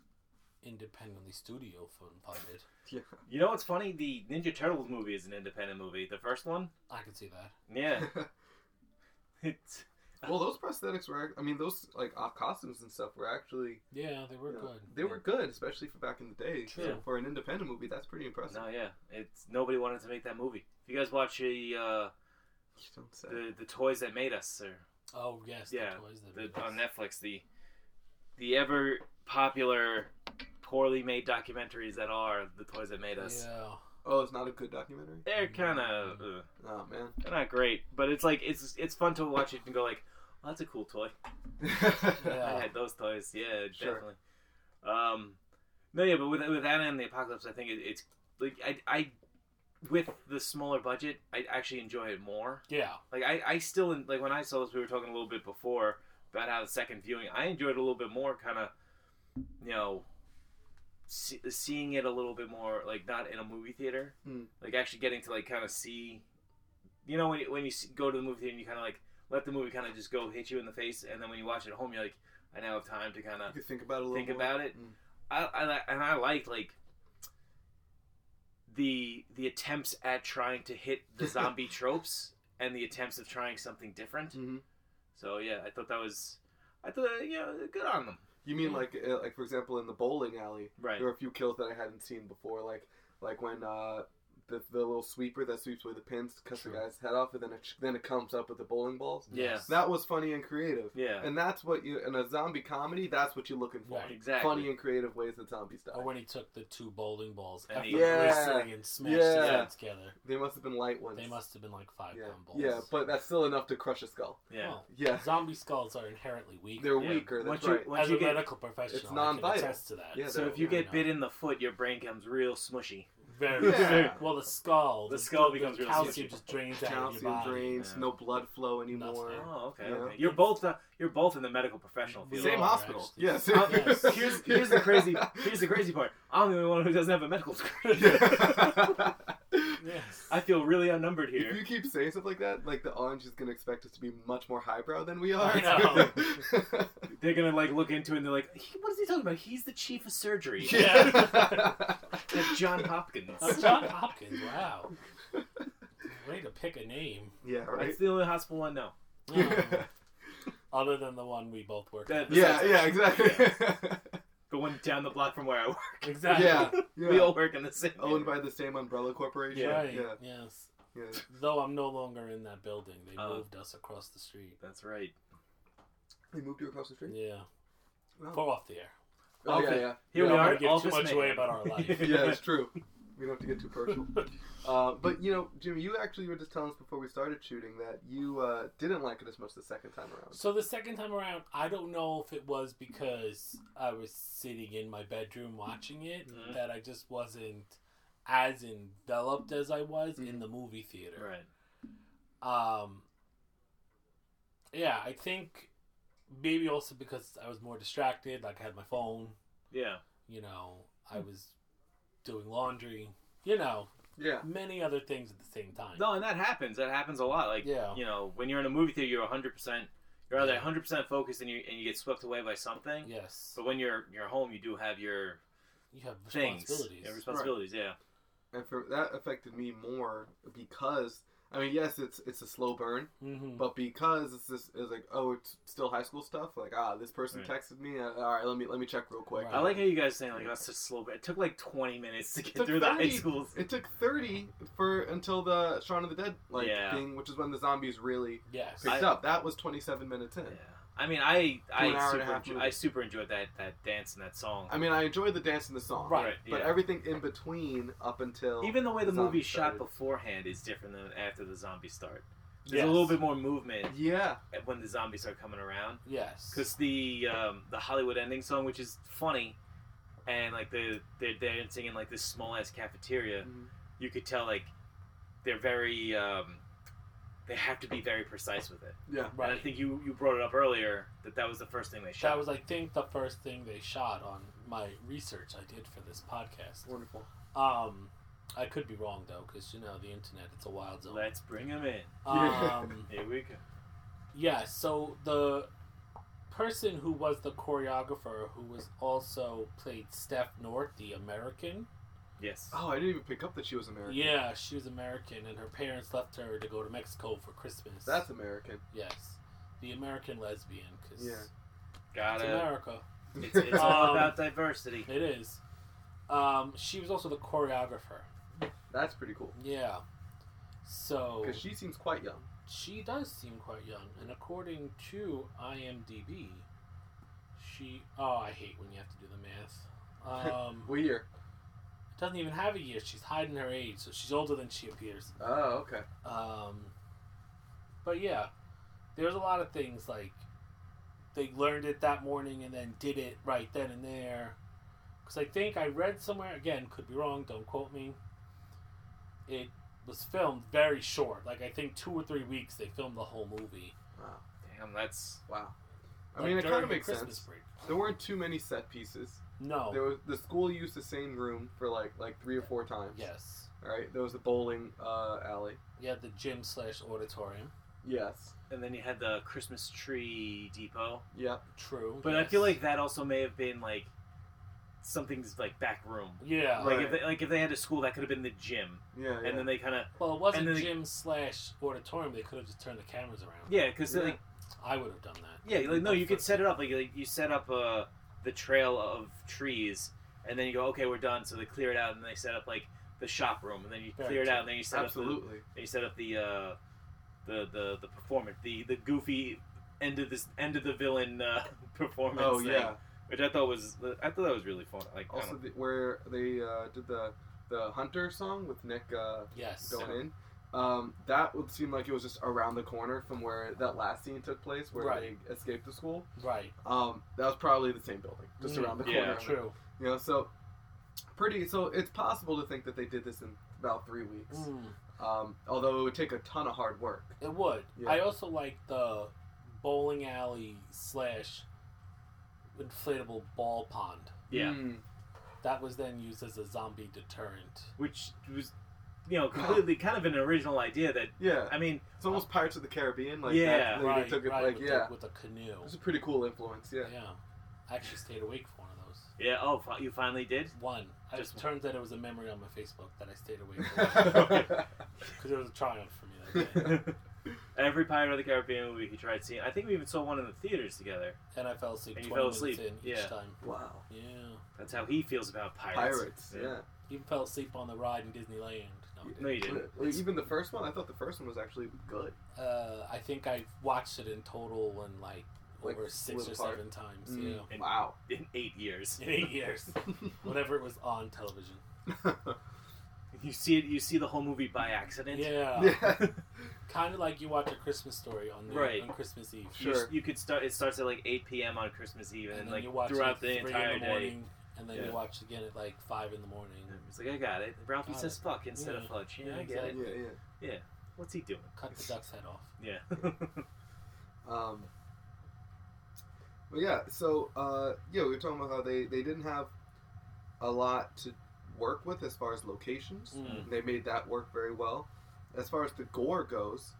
[SPEAKER 4] independently studio film funded.
[SPEAKER 2] Yeah,
[SPEAKER 3] You know what's funny? The Ninja Turtles movie is an independent movie. The first one.
[SPEAKER 4] I could see that.
[SPEAKER 3] Yeah. It's
[SPEAKER 2] well, those prosthetics were. I mean, those like uh, costumes and stuff were actually.
[SPEAKER 4] Yeah, they were
[SPEAKER 2] you know,
[SPEAKER 4] good.
[SPEAKER 2] They were good, especially for back in the day.
[SPEAKER 4] True.
[SPEAKER 2] So For an independent movie, that's pretty impressive.
[SPEAKER 3] no, yeah. It's nobody wanted to make that movie. If you guys watch the uh,
[SPEAKER 2] You don't say.
[SPEAKER 3] the the toys that made us, or
[SPEAKER 4] Oh yes,
[SPEAKER 3] Yeah,
[SPEAKER 4] the toys that
[SPEAKER 3] the,
[SPEAKER 4] made
[SPEAKER 3] on
[SPEAKER 4] us.
[SPEAKER 3] Netflix, the the ever popular, poorly made documentaries that are the toys that made us.
[SPEAKER 4] Yeah, Mm-hmm.
[SPEAKER 2] Oh, it's not a good documentary.
[SPEAKER 3] They're kind of uh,
[SPEAKER 2] Oh man.
[SPEAKER 3] they're not great, but it's like it's it's fun to watch it and go like, oh, that's a cool toy.
[SPEAKER 4] Yeah.
[SPEAKER 3] I had those toys. Yeah,
[SPEAKER 2] Sure.
[SPEAKER 3] definitely. Um, no, yeah, but with with that and the apocalypse, I think it, it's like I I with the smaller budget, I actually enjoy it more.
[SPEAKER 4] yeah,
[SPEAKER 3] Like I I still like when I saw this, we were talking a little bit before about how the second viewing, I enjoyed it a little bit more, kind of, you know. See, seeing it a little bit more like not in a movie theater
[SPEAKER 2] Hmm.
[SPEAKER 3] like actually getting to like kind of see you know when you, when you s- go to the movie theater and you kind of like let the movie kind of just go hit you in the face and then when you watch it at home you're like i now have time to kind of
[SPEAKER 2] you could think about it a little.
[SPEAKER 3] think
[SPEAKER 2] more.
[SPEAKER 3] about it.
[SPEAKER 2] Mm.
[SPEAKER 3] I, I li- and I liked like the the attempts at trying to hit the zombie tropes and the attempts of trying something different.
[SPEAKER 2] Mhm.
[SPEAKER 3] So yeah, I thought that was I thought uh, yeah, good on them.
[SPEAKER 2] You mean like uh, like for example in the bowling alley,
[SPEAKER 3] Mm-hmm. Right.
[SPEAKER 2] there were a few kills that I hadn't seen before, like like when uh the, the little sweeper that sweeps away the pins to cuts the
[SPEAKER 4] True.
[SPEAKER 2] guy's head off, and then it then it comes up with the bowling balls.
[SPEAKER 3] Yeah.
[SPEAKER 4] Yes.
[SPEAKER 2] That was funny and creative.
[SPEAKER 3] Yeah.
[SPEAKER 2] And that's what you in a zombie comedy. That's what you're looking for.
[SPEAKER 4] Right.
[SPEAKER 3] exactly.
[SPEAKER 2] Funny and creative ways that zombies die.
[SPEAKER 4] Or when he took the two bowling balls
[SPEAKER 3] And
[SPEAKER 4] after
[SPEAKER 3] he-
[SPEAKER 2] Yeah.
[SPEAKER 4] wrestling and smashed
[SPEAKER 2] Yeah.
[SPEAKER 4] his head together.
[SPEAKER 2] They must have been light ones.
[SPEAKER 4] They must have been like five
[SPEAKER 2] Yeah.
[SPEAKER 4] pound balls.
[SPEAKER 2] yeah, but that's still enough to crush a skull.
[SPEAKER 3] Yeah.
[SPEAKER 4] Well,
[SPEAKER 2] Yeah,
[SPEAKER 4] zombie skulls are inherently weak.
[SPEAKER 2] they're
[SPEAKER 3] Yeah.
[SPEAKER 2] weaker. That's
[SPEAKER 3] Once you-
[SPEAKER 2] right.
[SPEAKER 3] once
[SPEAKER 4] As
[SPEAKER 3] you
[SPEAKER 4] a
[SPEAKER 3] get-
[SPEAKER 4] medical professional,
[SPEAKER 2] it's non-vital.
[SPEAKER 4] I can attest to that.
[SPEAKER 2] Yeah,
[SPEAKER 3] so
[SPEAKER 2] they're-
[SPEAKER 3] if you
[SPEAKER 4] yeah,
[SPEAKER 3] get
[SPEAKER 4] no.
[SPEAKER 3] bit in the foot, your brain becomes real smushy.
[SPEAKER 4] Very.
[SPEAKER 2] Yeah.
[SPEAKER 4] Well, the skull.
[SPEAKER 3] The skull becomes
[SPEAKER 4] the
[SPEAKER 3] really
[SPEAKER 4] calcium
[SPEAKER 3] squishy.
[SPEAKER 4] just drains out of your
[SPEAKER 2] calcium
[SPEAKER 4] body.
[SPEAKER 2] drains,
[SPEAKER 3] Yeah.
[SPEAKER 2] no blood flow anymore.
[SPEAKER 4] Nothing.
[SPEAKER 3] Oh, okay.
[SPEAKER 2] Yeah.
[SPEAKER 3] okay. You're both uh, you're both in the medical professional
[SPEAKER 4] We
[SPEAKER 3] field.
[SPEAKER 2] Same
[SPEAKER 4] are,
[SPEAKER 2] hospital.
[SPEAKER 4] actually.
[SPEAKER 2] Yes.
[SPEAKER 3] Uh,
[SPEAKER 4] Yes.
[SPEAKER 3] here's here's the crazy here's the crazy part. I'm the only one who doesn't have a medical degree.
[SPEAKER 4] Yes.
[SPEAKER 3] I feel really outnumbered
[SPEAKER 2] If
[SPEAKER 3] here.
[SPEAKER 2] you keep saying stuff like that, like the orange is gonna expect us to be much more highbrow than we are.
[SPEAKER 4] I know.
[SPEAKER 3] They're gonna like look into it and they're like, "He- what is he talking about? He's the chief of surgery
[SPEAKER 2] yeah.
[SPEAKER 3] at John Hopkins.
[SPEAKER 4] Oh, John Hopkins. Wow. Way to pick a name.
[SPEAKER 2] yeah. Right.
[SPEAKER 3] That's the only hospital I know.
[SPEAKER 4] Um, other than the one we both work
[SPEAKER 3] That-
[SPEAKER 4] at.
[SPEAKER 2] yeah. Yeah. Exactly.
[SPEAKER 3] The one down the block from where I work.
[SPEAKER 4] Exactly.
[SPEAKER 2] yeah. yeah.
[SPEAKER 3] We all work in the same.
[SPEAKER 2] Owned by the same umbrella corporation.
[SPEAKER 4] Right.
[SPEAKER 2] Yeah.
[SPEAKER 4] Yes.
[SPEAKER 2] yeah.
[SPEAKER 4] Though I'm no longer in that building. They
[SPEAKER 3] Oh.
[SPEAKER 4] moved us across the street.
[SPEAKER 3] That's right.
[SPEAKER 2] They moved you across the street.
[SPEAKER 4] Yeah.
[SPEAKER 2] Wow.
[SPEAKER 4] For off the air.
[SPEAKER 2] Oh yeah.
[SPEAKER 3] Okay.
[SPEAKER 2] Yeah.
[SPEAKER 4] Yeah,
[SPEAKER 3] Here we
[SPEAKER 4] I'm
[SPEAKER 3] are.
[SPEAKER 4] gonna give
[SPEAKER 3] all
[SPEAKER 4] too
[SPEAKER 3] this
[SPEAKER 4] much
[SPEAKER 3] man.
[SPEAKER 4] away about our life.
[SPEAKER 2] Yeah. It's true. We don't have to get too personal. Uh, but you know, Jimmy, you actually were just telling us before we started shooting that you uh, didn't like it as much the second time around.
[SPEAKER 4] So the second time around, I don't know if it was because I was sitting in my bedroom watching it
[SPEAKER 3] Mhm.
[SPEAKER 4] that I just wasn't as enveloped as I was in the movie theater.
[SPEAKER 3] Mm-hmm. Right.
[SPEAKER 4] Um, yeah, I think maybe also because I was more distracted. Like I had my phone.
[SPEAKER 3] Yeah.
[SPEAKER 4] You know,
[SPEAKER 3] Mm.
[SPEAKER 4] I was doing laundry. You know,
[SPEAKER 2] Yeah.
[SPEAKER 4] many other things at the same time.
[SPEAKER 3] No, and that happens. That happens a lot. Like
[SPEAKER 4] Yeah.
[SPEAKER 3] you know, when you're in a movie theater, you're 100. percent You're either
[SPEAKER 4] Yeah.
[SPEAKER 3] 100 percent focused and you and you get swept away by something.
[SPEAKER 4] Yes.
[SPEAKER 3] But when you're you're home, you do have your
[SPEAKER 4] You have
[SPEAKER 3] things,
[SPEAKER 4] responsibilities.
[SPEAKER 3] Yeah, responsibilities. Yeah.
[SPEAKER 2] And for that affected me more because I mean, yes, it's it's a slow burn.
[SPEAKER 4] hmm
[SPEAKER 2] But because it's this is like, oh, it's still high school stuff. Like, ah, this person
[SPEAKER 3] Right.
[SPEAKER 2] texted me. Uh, all right, let me let me check real quick.
[SPEAKER 4] Right.
[SPEAKER 3] I like how you guys saying like that's just slow. But it took like 20 minutes to get
[SPEAKER 2] took
[SPEAKER 3] through the high
[SPEAKER 2] 30.
[SPEAKER 3] schools.
[SPEAKER 2] It took thirty for until the Shaun of the Dead like
[SPEAKER 3] Yeah.
[SPEAKER 2] thing, which is when the zombies really
[SPEAKER 4] Yes.
[SPEAKER 2] picked
[SPEAKER 3] I-
[SPEAKER 2] up. That was twenty seven minutes in.
[SPEAKER 3] Yeah. I mean, I
[SPEAKER 2] an hour
[SPEAKER 3] I
[SPEAKER 2] and a
[SPEAKER 3] super
[SPEAKER 2] half
[SPEAKER 3] enjo-
[SPEAKER 2] movie.
[SPEAKER 3] I super enjoyed that that dance and that song.
[SPEAKER 2] I mean, I enjoyed the dance and the song,
[SPEAKER 4] Right.
[SPEAKER 2] But
[SPEAKER 3] yeah.
[SPEAKER 2] everything in between, up until
[SPEAKER 3] Even the way the
[SPEAKER 2] Zombie
[SPEAKER 3] movie's shot
[SPEAKER 2] started.
[SPEAKER 3] beforehand is different than after the zombies start. There's
[SPEAKER 4] yes.
[SPEAKER 3] a little bit more movement
[SPEAKER 2] yeah,
[SPEAKER 3] when the zombies start coming around.
[SPEAKER 4] Yes.
[SPEAKER 3] because the um, the Hollywood ending song, which is funny, and like the they're dancing in like this small ass cafeteria,
[SPEAKER 2] Mhm.
[SPEAKER 3] you could tell like they're very um, they have to be very precise with it.
[SPEAKER 2] yeah,
[SPEAKER 4] right.
[SPEAKER 3] And I think you you brought it up earlier that that was the first thing they shot.
[SPEAKER 4] That was, I think, the first thing they shot on my research I did for this podcast.
[SPEAKER 2] wonderful.
[SPEAKER 4] Um, I could be wrong though, because you know the internet, it's a wild zone.
[SPEAKER 3] Let's bring them in.
[SPEAKER 4] Um,
[SPEAKER 3] Here we go.
[SPEAKER 4] yeah. So the person who was the choreographer, who was also played Steph North, the American.
[SPEAKER 3] Yes.
[SPEAKER 2] Oh, I didn't even pick up that she was American.
[SPEAKER 4] Yeah, she was American, and her parents left her to go to Mexico for Christmas.
[SPEAKER 2] that's American.
[SPEAKER 4] yes, the American lesbian, because
[SPEAKER 2] Yeah.
[SPEAKER 4] it's
[SPEAKER 3] Gotta.
[SPEAKER 4] America.
[SPEAKER 3] It's, it's uh, all
[SPEAKER 4] Um,
[SPEAKER 3] about diversity.
[SPEAKER 4] It is. Um, she was also the choreographer.
[SPEAKER 2] that's pretty cool
[SPEAKER 4] Yeah.
[SPEAKER 3] Oh.
[SPEAKER 4] So
[SPEAKER 2] because she seems quite young.
[SPEAKER 4] she does seem quite young, and according to IMDb, she oh I hate when you have to do the math. Um,
[SPEAKER 2] What year?
[SPEAKER 4] doesn't even have a year. She's hiding her age, so she's older than she appears.
[SPEAKER 2] Oh, okay.
[SPEAKER 4] Um, but yeah, there's a lot of things like they learned it that morning and then did it right then and there. Because I think I read somewhere again, could be wrong, don't quote me. It was filmed very short, like I think two or three weeks. They filmed the whole movie.
[SPEAKER 3] Damn, that's
[SPEAKER 2] Wow. I
[SPEAKER 4] like,
[SPEAKER 2] mean, it
[SPEAKER 4] during
[SPEAKER 2] kind of
[SPEAKER 4] the
[SPEAKER 2] makes
[SPEAKER 4] Christmas
[SPEAKER 2] sense.
[SPEAKER 4] break.
[SPEAKER 2] There weren't too many set pieces.
[SPEAKER 3] Oh.
[SPEAKER 4] No.
[SPEAKER 2] There was the school used the same room for like like three or four times.
[SPEAKER 4] yes.
[SPEAKER 2] All right. There was the bowling uh, alley.
[SPEAKER 4] You had the gym slash auditorium.
[SPEAKER 2] Yes.
[SPEAKER 3] and then you had the Christmas tree depot.
[SPEAKER 2] Yep.
[SPEAKER 4] True.
[SPEAKER 3] But I
[SPEAKER 4] yes.
[SPEAKER 3] feel like that also may have been like something's like back room.
[SPEAKER 4] Yeah.
[SPEAKER 3] Like
[SPEAKER 2] Right.
[SPEAKER 3] if they, like if they had a school that could have been the gym,
[SPEAKER 2] Yeah. yeah.
[SPEAKER 3] and then they kind of
[SPEAKER 4] Well, it wasn't
[SPEAKER 3] and then they-
[SPEAKER 4] gym slash auditorium. They could have just turned the cameras around.
[SPEAKER 3] yeah, because
[SPEAKER 2] Yeah.
[SPEAKER 3] like
[SPEAKER 4] I would have done that.
[SPEAKER 3] yeah, like no, you could
[SPEAKER 4] Perfect.
[SPEAKER 3] set it up like, like you set up uh, the trail of trees, and then you go okay, we're done. So they clear it out, and they set up like the shop room, and then you
[SPEAKER 4] Very
[SPEAKER 3] clear it
[SPEAKER 4] true.
[SPEAKER 3] out, and then you set up
[SPEAKER 2] Absolutely.
[SPEAKER 3] the, then you set up the uh, the the the performance, the the goofy end of this end of the villain uh, performance.
[SPEAKER 2] Oh
[SPEAKER 3] thing,
[SPEAKER 2] yeah.
[SPEAKER 3] which I thought was I thought that was really fun. Like I
[SPEAKER 2] Also,
[SPEAKER 3] don't-
[SPEAKER 2] the, where they uh, did the the Hunter song with Nick uh,
[SPEAKER 4] Yes.
[SPEAKER 2] going in. Um, that would seem like it was just around the corner from where that last scene took place, where
[SPEAKER 4] Right.
[SPEAKER 2] they escaped the school.
[SPEAKER 4] Right.
[SPEAKER 2] Um, that was probably the same building, just
[SPEAKER 4] Mm,
[SPEAKER 2] around the
[SPEAKER 3] yeah.
[SPEAKER 2] corner.
[SPEAKER 4] True.
[SPEAKER 2] You know, so pretty. So it's possible to think that they did this in about three weeks.
[SPEAKER 4] Mm,
[SPEAKER 2] Um, although it would take a ton of hard work.
[SPEAKER 4] it would.
[SPEAKER 2] Yeah.
[SPEAKER 4] I also like the bowling alley slash inflatable ball pond.
[SPEAKER 3] yeah,
[SPEAKER 2] Mm,
[SPEAKER 4] That was then used as a zombie deterrent.
[SPEAKER 3] which was you know completely kind of an original idea that
[SPEAKER 2] yeah.
[SPEAKER 3] I mean
[SPEAKER 2] It's almost Pirates of the Caribbean. Like
[SPEAKER 3] Yeah.
[SPEAKER 2] That, they took it like
[SPEAKER 4] with,
[SPEAKER 2] yeah.
[SPEAKER 4] the, with a canoe.
[SPEAKER 2] It's a pretty cool influence. Yeah.
[SPEAKER 4] Yeah. I actually stayed awake for one of those.
[SPEAKER 3] yeah oh fi- you finally did
[SPEAKER 4] One. I
[SPEAKER 3] Just
[SPEAKER 4] just
[SPEAKER 3] one.
[SPEAKER 4] turned that it was a memory on my Facebook that I stayed awake for
[SPEAKER 2] yeah.
[SPEAKER 4] because it was a triumph for me that day.
[SPEAKER 3] every Pirate of the Caribbean movie he tried seeing. I think we even saw one in the theaters together.
[SPEAKER 4] And I fell asleep
[SPEAKER 3] And you
[SPEAKER 4] 20
[SPEAKER 3] fell
[SPEAKER 4] minutes
[SPEAKER 3] asleep,
[SPEAKER 4] in each
[SPEAKER 3] yeah.
[SPEAKER 4] time.
[SPEAKER 2] wow.
[SPEAKER 4] Yeah.
[SPEAKER 3] That's how he feels about pirates.
[SPEAKER 2] Pirates. Yeah.
[SPEAKER 4] Even fell asleep on the ride in Disneyland. No.
[SPEAKER 3] No, you didn't.
[SPEAKER 2] Well, Even the first one, I thought the first one was actually good.
[SPEAKER 4] Uh, I think I watched it in total in like
[SPEAKER 2] Like,
[SPEAKER 4] over six
[SPEAKER 2] split
[SPEAKER 4] or
[SPEAKER 2] apart.
[SPEAKER 4] seven times.
[SPEAKER 2] Mm.
[SPEAKER 4] Yeah.
[SPEAKER 3] And-
[SPEAKER 2] Wow.
[SPEAKER 3] In eight years,
[SPEAKER 4] In eight years. Whenever it was on television.
[SPEAKER 3] you see it. You see the whole movie by accident.
[SPEAKER 4] Yeah.
[SPEAKER 2] yeah.
[SPEAKER 4] Kind of like you watch a Christmas story on, the,
[SPEAKER 3] Right.
[SPEAKER 4] on Christmas Eve.
[SPEAKER 3] You,
[SPEAKER 2] Sure.
[SPEAKER 3] you could start. It starts at like 8 p.m. on Christmas Eve, and,
[SPEAKER 4] and then
[SPEAKER 3] then
[SPEAKER 4] you
[SPEAKER 3] like
[SPEAKER 4] watch
[SPEAKER 3] throughout
[SPEAKER 4] it at
[SPEAKER 3] the
[SPEAKER 4] three
[SPEAKER 3] entire
[SPEAKER 4] in the
[SPEAKER 3] day.
[SPEAKER 4] morning, and then
[SPEAKER 3] Yeah.
[SPEAKER 4] you watch again at like five in the morning.
[SPEAKER 3] It's like I got it. Ralphie
[SPEAKER 4] Got
[SPEAKER 3] says
[SPEAKER 4] it.
[SPEAKER 3] fuck instead
[SPEAKER 4] Yeah.
[SPEAKER 3] of fudge. Yeah,
[SPEAKER 4] Yeah,
[SPEAKER 3] I get
[SPEAKER 2] Yeah.
[SPEAKER 3] it.
[SPEAKER 2] Yeah.
[SPEAKER 3] What's he doing?
[SPEAKER 4] Cut the duck's head off.
[SPEAKER 3] Yeah.
[SPEAKER 2] Um, but yeah, so uh, yeah, we were talking about how they they didn't have a lot to work with as far as locations.
[SPEAKER 4] Mm.
[SPEAKER 2] They made that work very well. As far as the gore goes,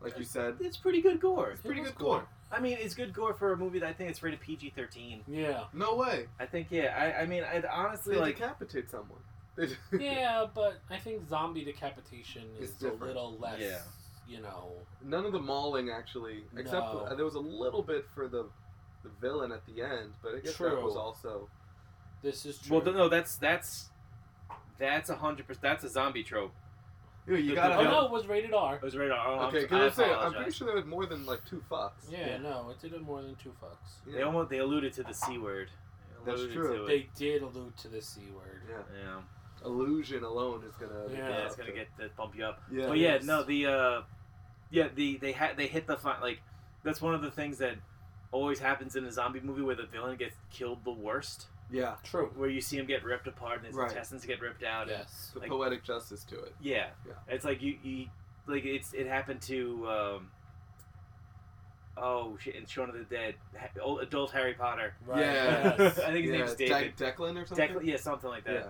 [SPEAKER 2] like you said,
[SPEAKER 3] it's pretty good gore.
[SPEAKER 2] it's pretty
[SPEAKER 4] was
[SPEAKER 2] good gore.
[SPEAKER 4] gore.
[SPEAKER 3] I mean, it's good gore for a movie that I think it's rated PG-13.
[SPEAKER 4] Yeah,
[SPEAKER 2] No way.
[SPEAKER 3] I think yeah. I, I mean, I'd honestly
[SPEAKER 2] They
[SPEAKER 3] like.
[SPEAKER 2] decapitate someone. They d-
[SPEAKER 4] yeah, but I think zombie decapitation
[SPEAKER 2] It's
[SPEAKER 4] is a
[SPEAKER 2] different.
[SPEAKER 4] little less,
[SPEAKER 3] Yeah.
[SPEAKER 4] you know.
[SPEAKER 2] None of the mauling actually, except
[SPEAKER 4] No.
[SPEAKER 2] uh, there was a little bit for the the villain at the end, but I guess that
[SPEAKER 4] True.
[SPEAKER 2] was also
[SPEAKER 4] This is true.
[SPEAKER 3] Well, no, that's that's that's a hundred percent. That's a zombie trope.
[SPEAKER 2] you, know, you
[SPEAKER 3] The-
[SPEAKER 2] gotta.
[SPEAKER 4] oh
[SPEAKER 3] yeah.
[SPEAKER 4] no, it was rated R.
[SPEAKER 3] It was rated R. Oh,
[SPEAKER 2] okay,
[SPEAKER 3] I'm, I
[SPEAKER 2] because I'm, I'm pretty
[SPEAKER 3] apologize.
[SPEAKER 2] sure there was more than like two fucks.
[SPEAKER 4] Yeah,
[SPEAKER 3] Yeah.
[SPEAKER 4] no, it did more than two fucks.
[SPEAKER 3] They almost they alluded to the c word. They
[SPEAKER 2] That's
[SPEAKER 3] alluded
[SPEAKER 2] true.
[SPEAKER 3] to it.
[SPEAKER 4] They did allude to the c word.
[SPEAKER 2] Yeah.
[SPEAKER 3] Yeah,
[SPEAKER 2] illusion alone is gonna
[SPEAKER 4] Yeah.
[SPEAKER 3] yeah,
[SPEAKER 4] Yeah,
[SPEAKER 3] it's gonna get the bump you up.
[SPEAKER 2] yeah
[SPEAKER 3] But
[SPEAKER 4] Please.
[SPEAKER 3] yeah, no, the uh, yeah, the they ha- they hit the fi- like that's one of the things that always happens in a zombie movie where the villain gets killed the worst,
[SPEAKER 2] yeah
[SPEAKER 4] True.
[SPEAKER 3] where you see him get ripped apart and his
[SPEAKER 2] Right.
[SPEAKER 3] intestines get ripped out. and-
[SPEAKER 4] Yes.
[SPEAKER 2] the
[SPEAKER 3] Like-
[SPEAKER 2] poetic justice to it
[SPEAKER 3] yeah.
[SPEAKER 2] Yeah.
[SPEAKER 3] It's like you, you like it's it happened to um, oh shit, in Shaun of the Dead, ha- old adult Harry Potter.
[SPEAKER 4] Right.
[SPEAKER 2] Yeah.
[SPEAKER 3] I
[SPEAKER 4] Yes.
[SPEAKER 3] think his
[SPEAKER 2] yeah,
[SPEAKER 3] name's David.
[SPEAKER 2] De- Declan or something
[SPEAKER 3] Declan, yeah, something like that.
[SPEAKER 2] yeah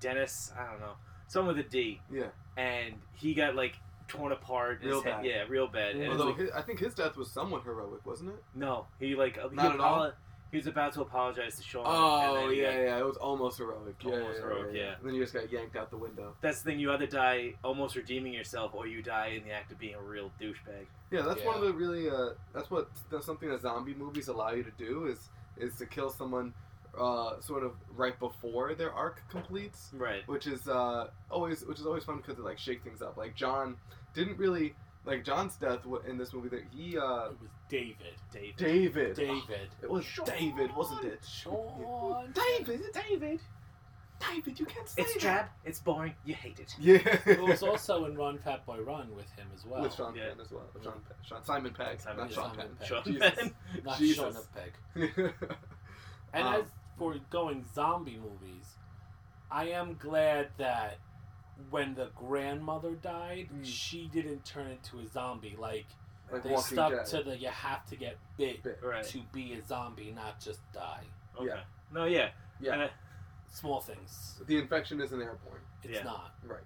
[SPEAKER 3] Dennis, I don't know, someone with a D,
[SPEAKER 2] yeah
[SPEAKER 3] and he got like torn apart. and
[SPEAKER 2] Real
[SPEAKER 3] his head-
[SPEAKER 2] bad.
[SPEAKER 3] yeah, real bad. And it's
[SPEAKER 2] although
[SPEAKER 3] like,
[SPEAKER 2] his, I think his death was somewhat heroic wasn't it
[SPEAKER 3] no, he like he,
[SPEAKER 2] Not at all?
[SPEAKER 3] apolo- he was about to apologize to Sean. and
[SPEAKER 2] oh
[SPEAKER 3] then he
[SPEAKER 2] yeah
[SPEAKER 3] got-
[SPEAKER 2] yeah it was almost heroic yeah,
[SPEAKER 3] Almost
[SPEAKER 2] yeah,
[SPEAKER 3] heroic, yeah.
[SPEAKER 2] And then you just got yanked out the window
[SPEAKER 3] That's the thing. You either die almost redeeming yourself, or you die in the act of being a real douchebag.
[SPEAKER 2] yeah that's one of
[SPEAKER 4] Yeah.
[SPEAKER 2] the really uh that's what that's something that zombie movies allow you to do is is to kill someone uh sort of right before their arc completes
[SPEAKER 3] Right.
[SPEAKER 2] which is uh, always which is always fun because it like shake things up. Like John didn't really like John's death wa- in this movie. That he uh,
[SPEAKER 4] It was David.
[SPEAKER 3] Dave.
[SPEAKER 2] David.
[SPEAKER 4] David.
[SPEAKER 2] It was
[SPEAKER 3] Sean.
[SPEAKER 2] David, wasn't it?
[SPEAKER 4] Sean.
[SPEAKER 2] David,
[SPEAKER 3] David.
[SPEAKER 2] David, you can't say
[SPEAKER 3] It's
[SPEAKER 2] that.
[SPEAKER 3] drab. It's boring. You hate it.
[SPEAKER 2] Yeah.
[SPEAKER 4] It was also in Run Fat Boy Run with him as well.
[SPEAKER 2] With Sean
[SPEAKER 3] Yeah.
[SPEAKER 2] Penn as well. Sean, Penn. Sean Simon Pegg,
[SPEAKER 3] Simon-
[SPEAKER 2] not
[SPEAKER 3] yeah,
[SPEAKER 2] Sean
[SPEAKER 4] Simon
[SPEAKER 2] Penn.
[SPEAKER 3] Sean
[SPEAKER 2] Jesus.
[SPEAKER 3] Penn.
[SPEAKER 4] Not
[SPEAKER 2] Jesus.
[SPEAKER 4] Sean of Peg. And
[SPEAKER 2] Um,
[SPEAKER 4] as for going zombie movies, I am glad that when the grandmother died,
[SPEAKER 2] Mm.
[SPEAKER 4] she didn't turn into a zombie. Like
[SPEAKER 2] like
[SPEAKER 4] they
[SPEAKER 2] Walking
[SPEAKER 4] stuck
[SPEAKER 2] Dead.
[SPEAKER 4] to the you have to get bit
[SPEAKER 2] Bit.
[SPEAKER 3] Right.
[SPEAKER 4] to be a zombie, not just die.
[SPEAKER 3] Okay.
[SPEAKER 2] Yeah.
[SPEAKER 3] No. Yeah.
[SPEAKER 2] Yeah.
[SPEAKER 3] And I-
[SPEAKER 4] Small things.
[SPEAKER 2] the infection isn't airborne.
[SPEAKER 4] It's
[SPEAKER 3] Yeah.
[SPEAKER 4] not.
[SPEAKER 2] Right.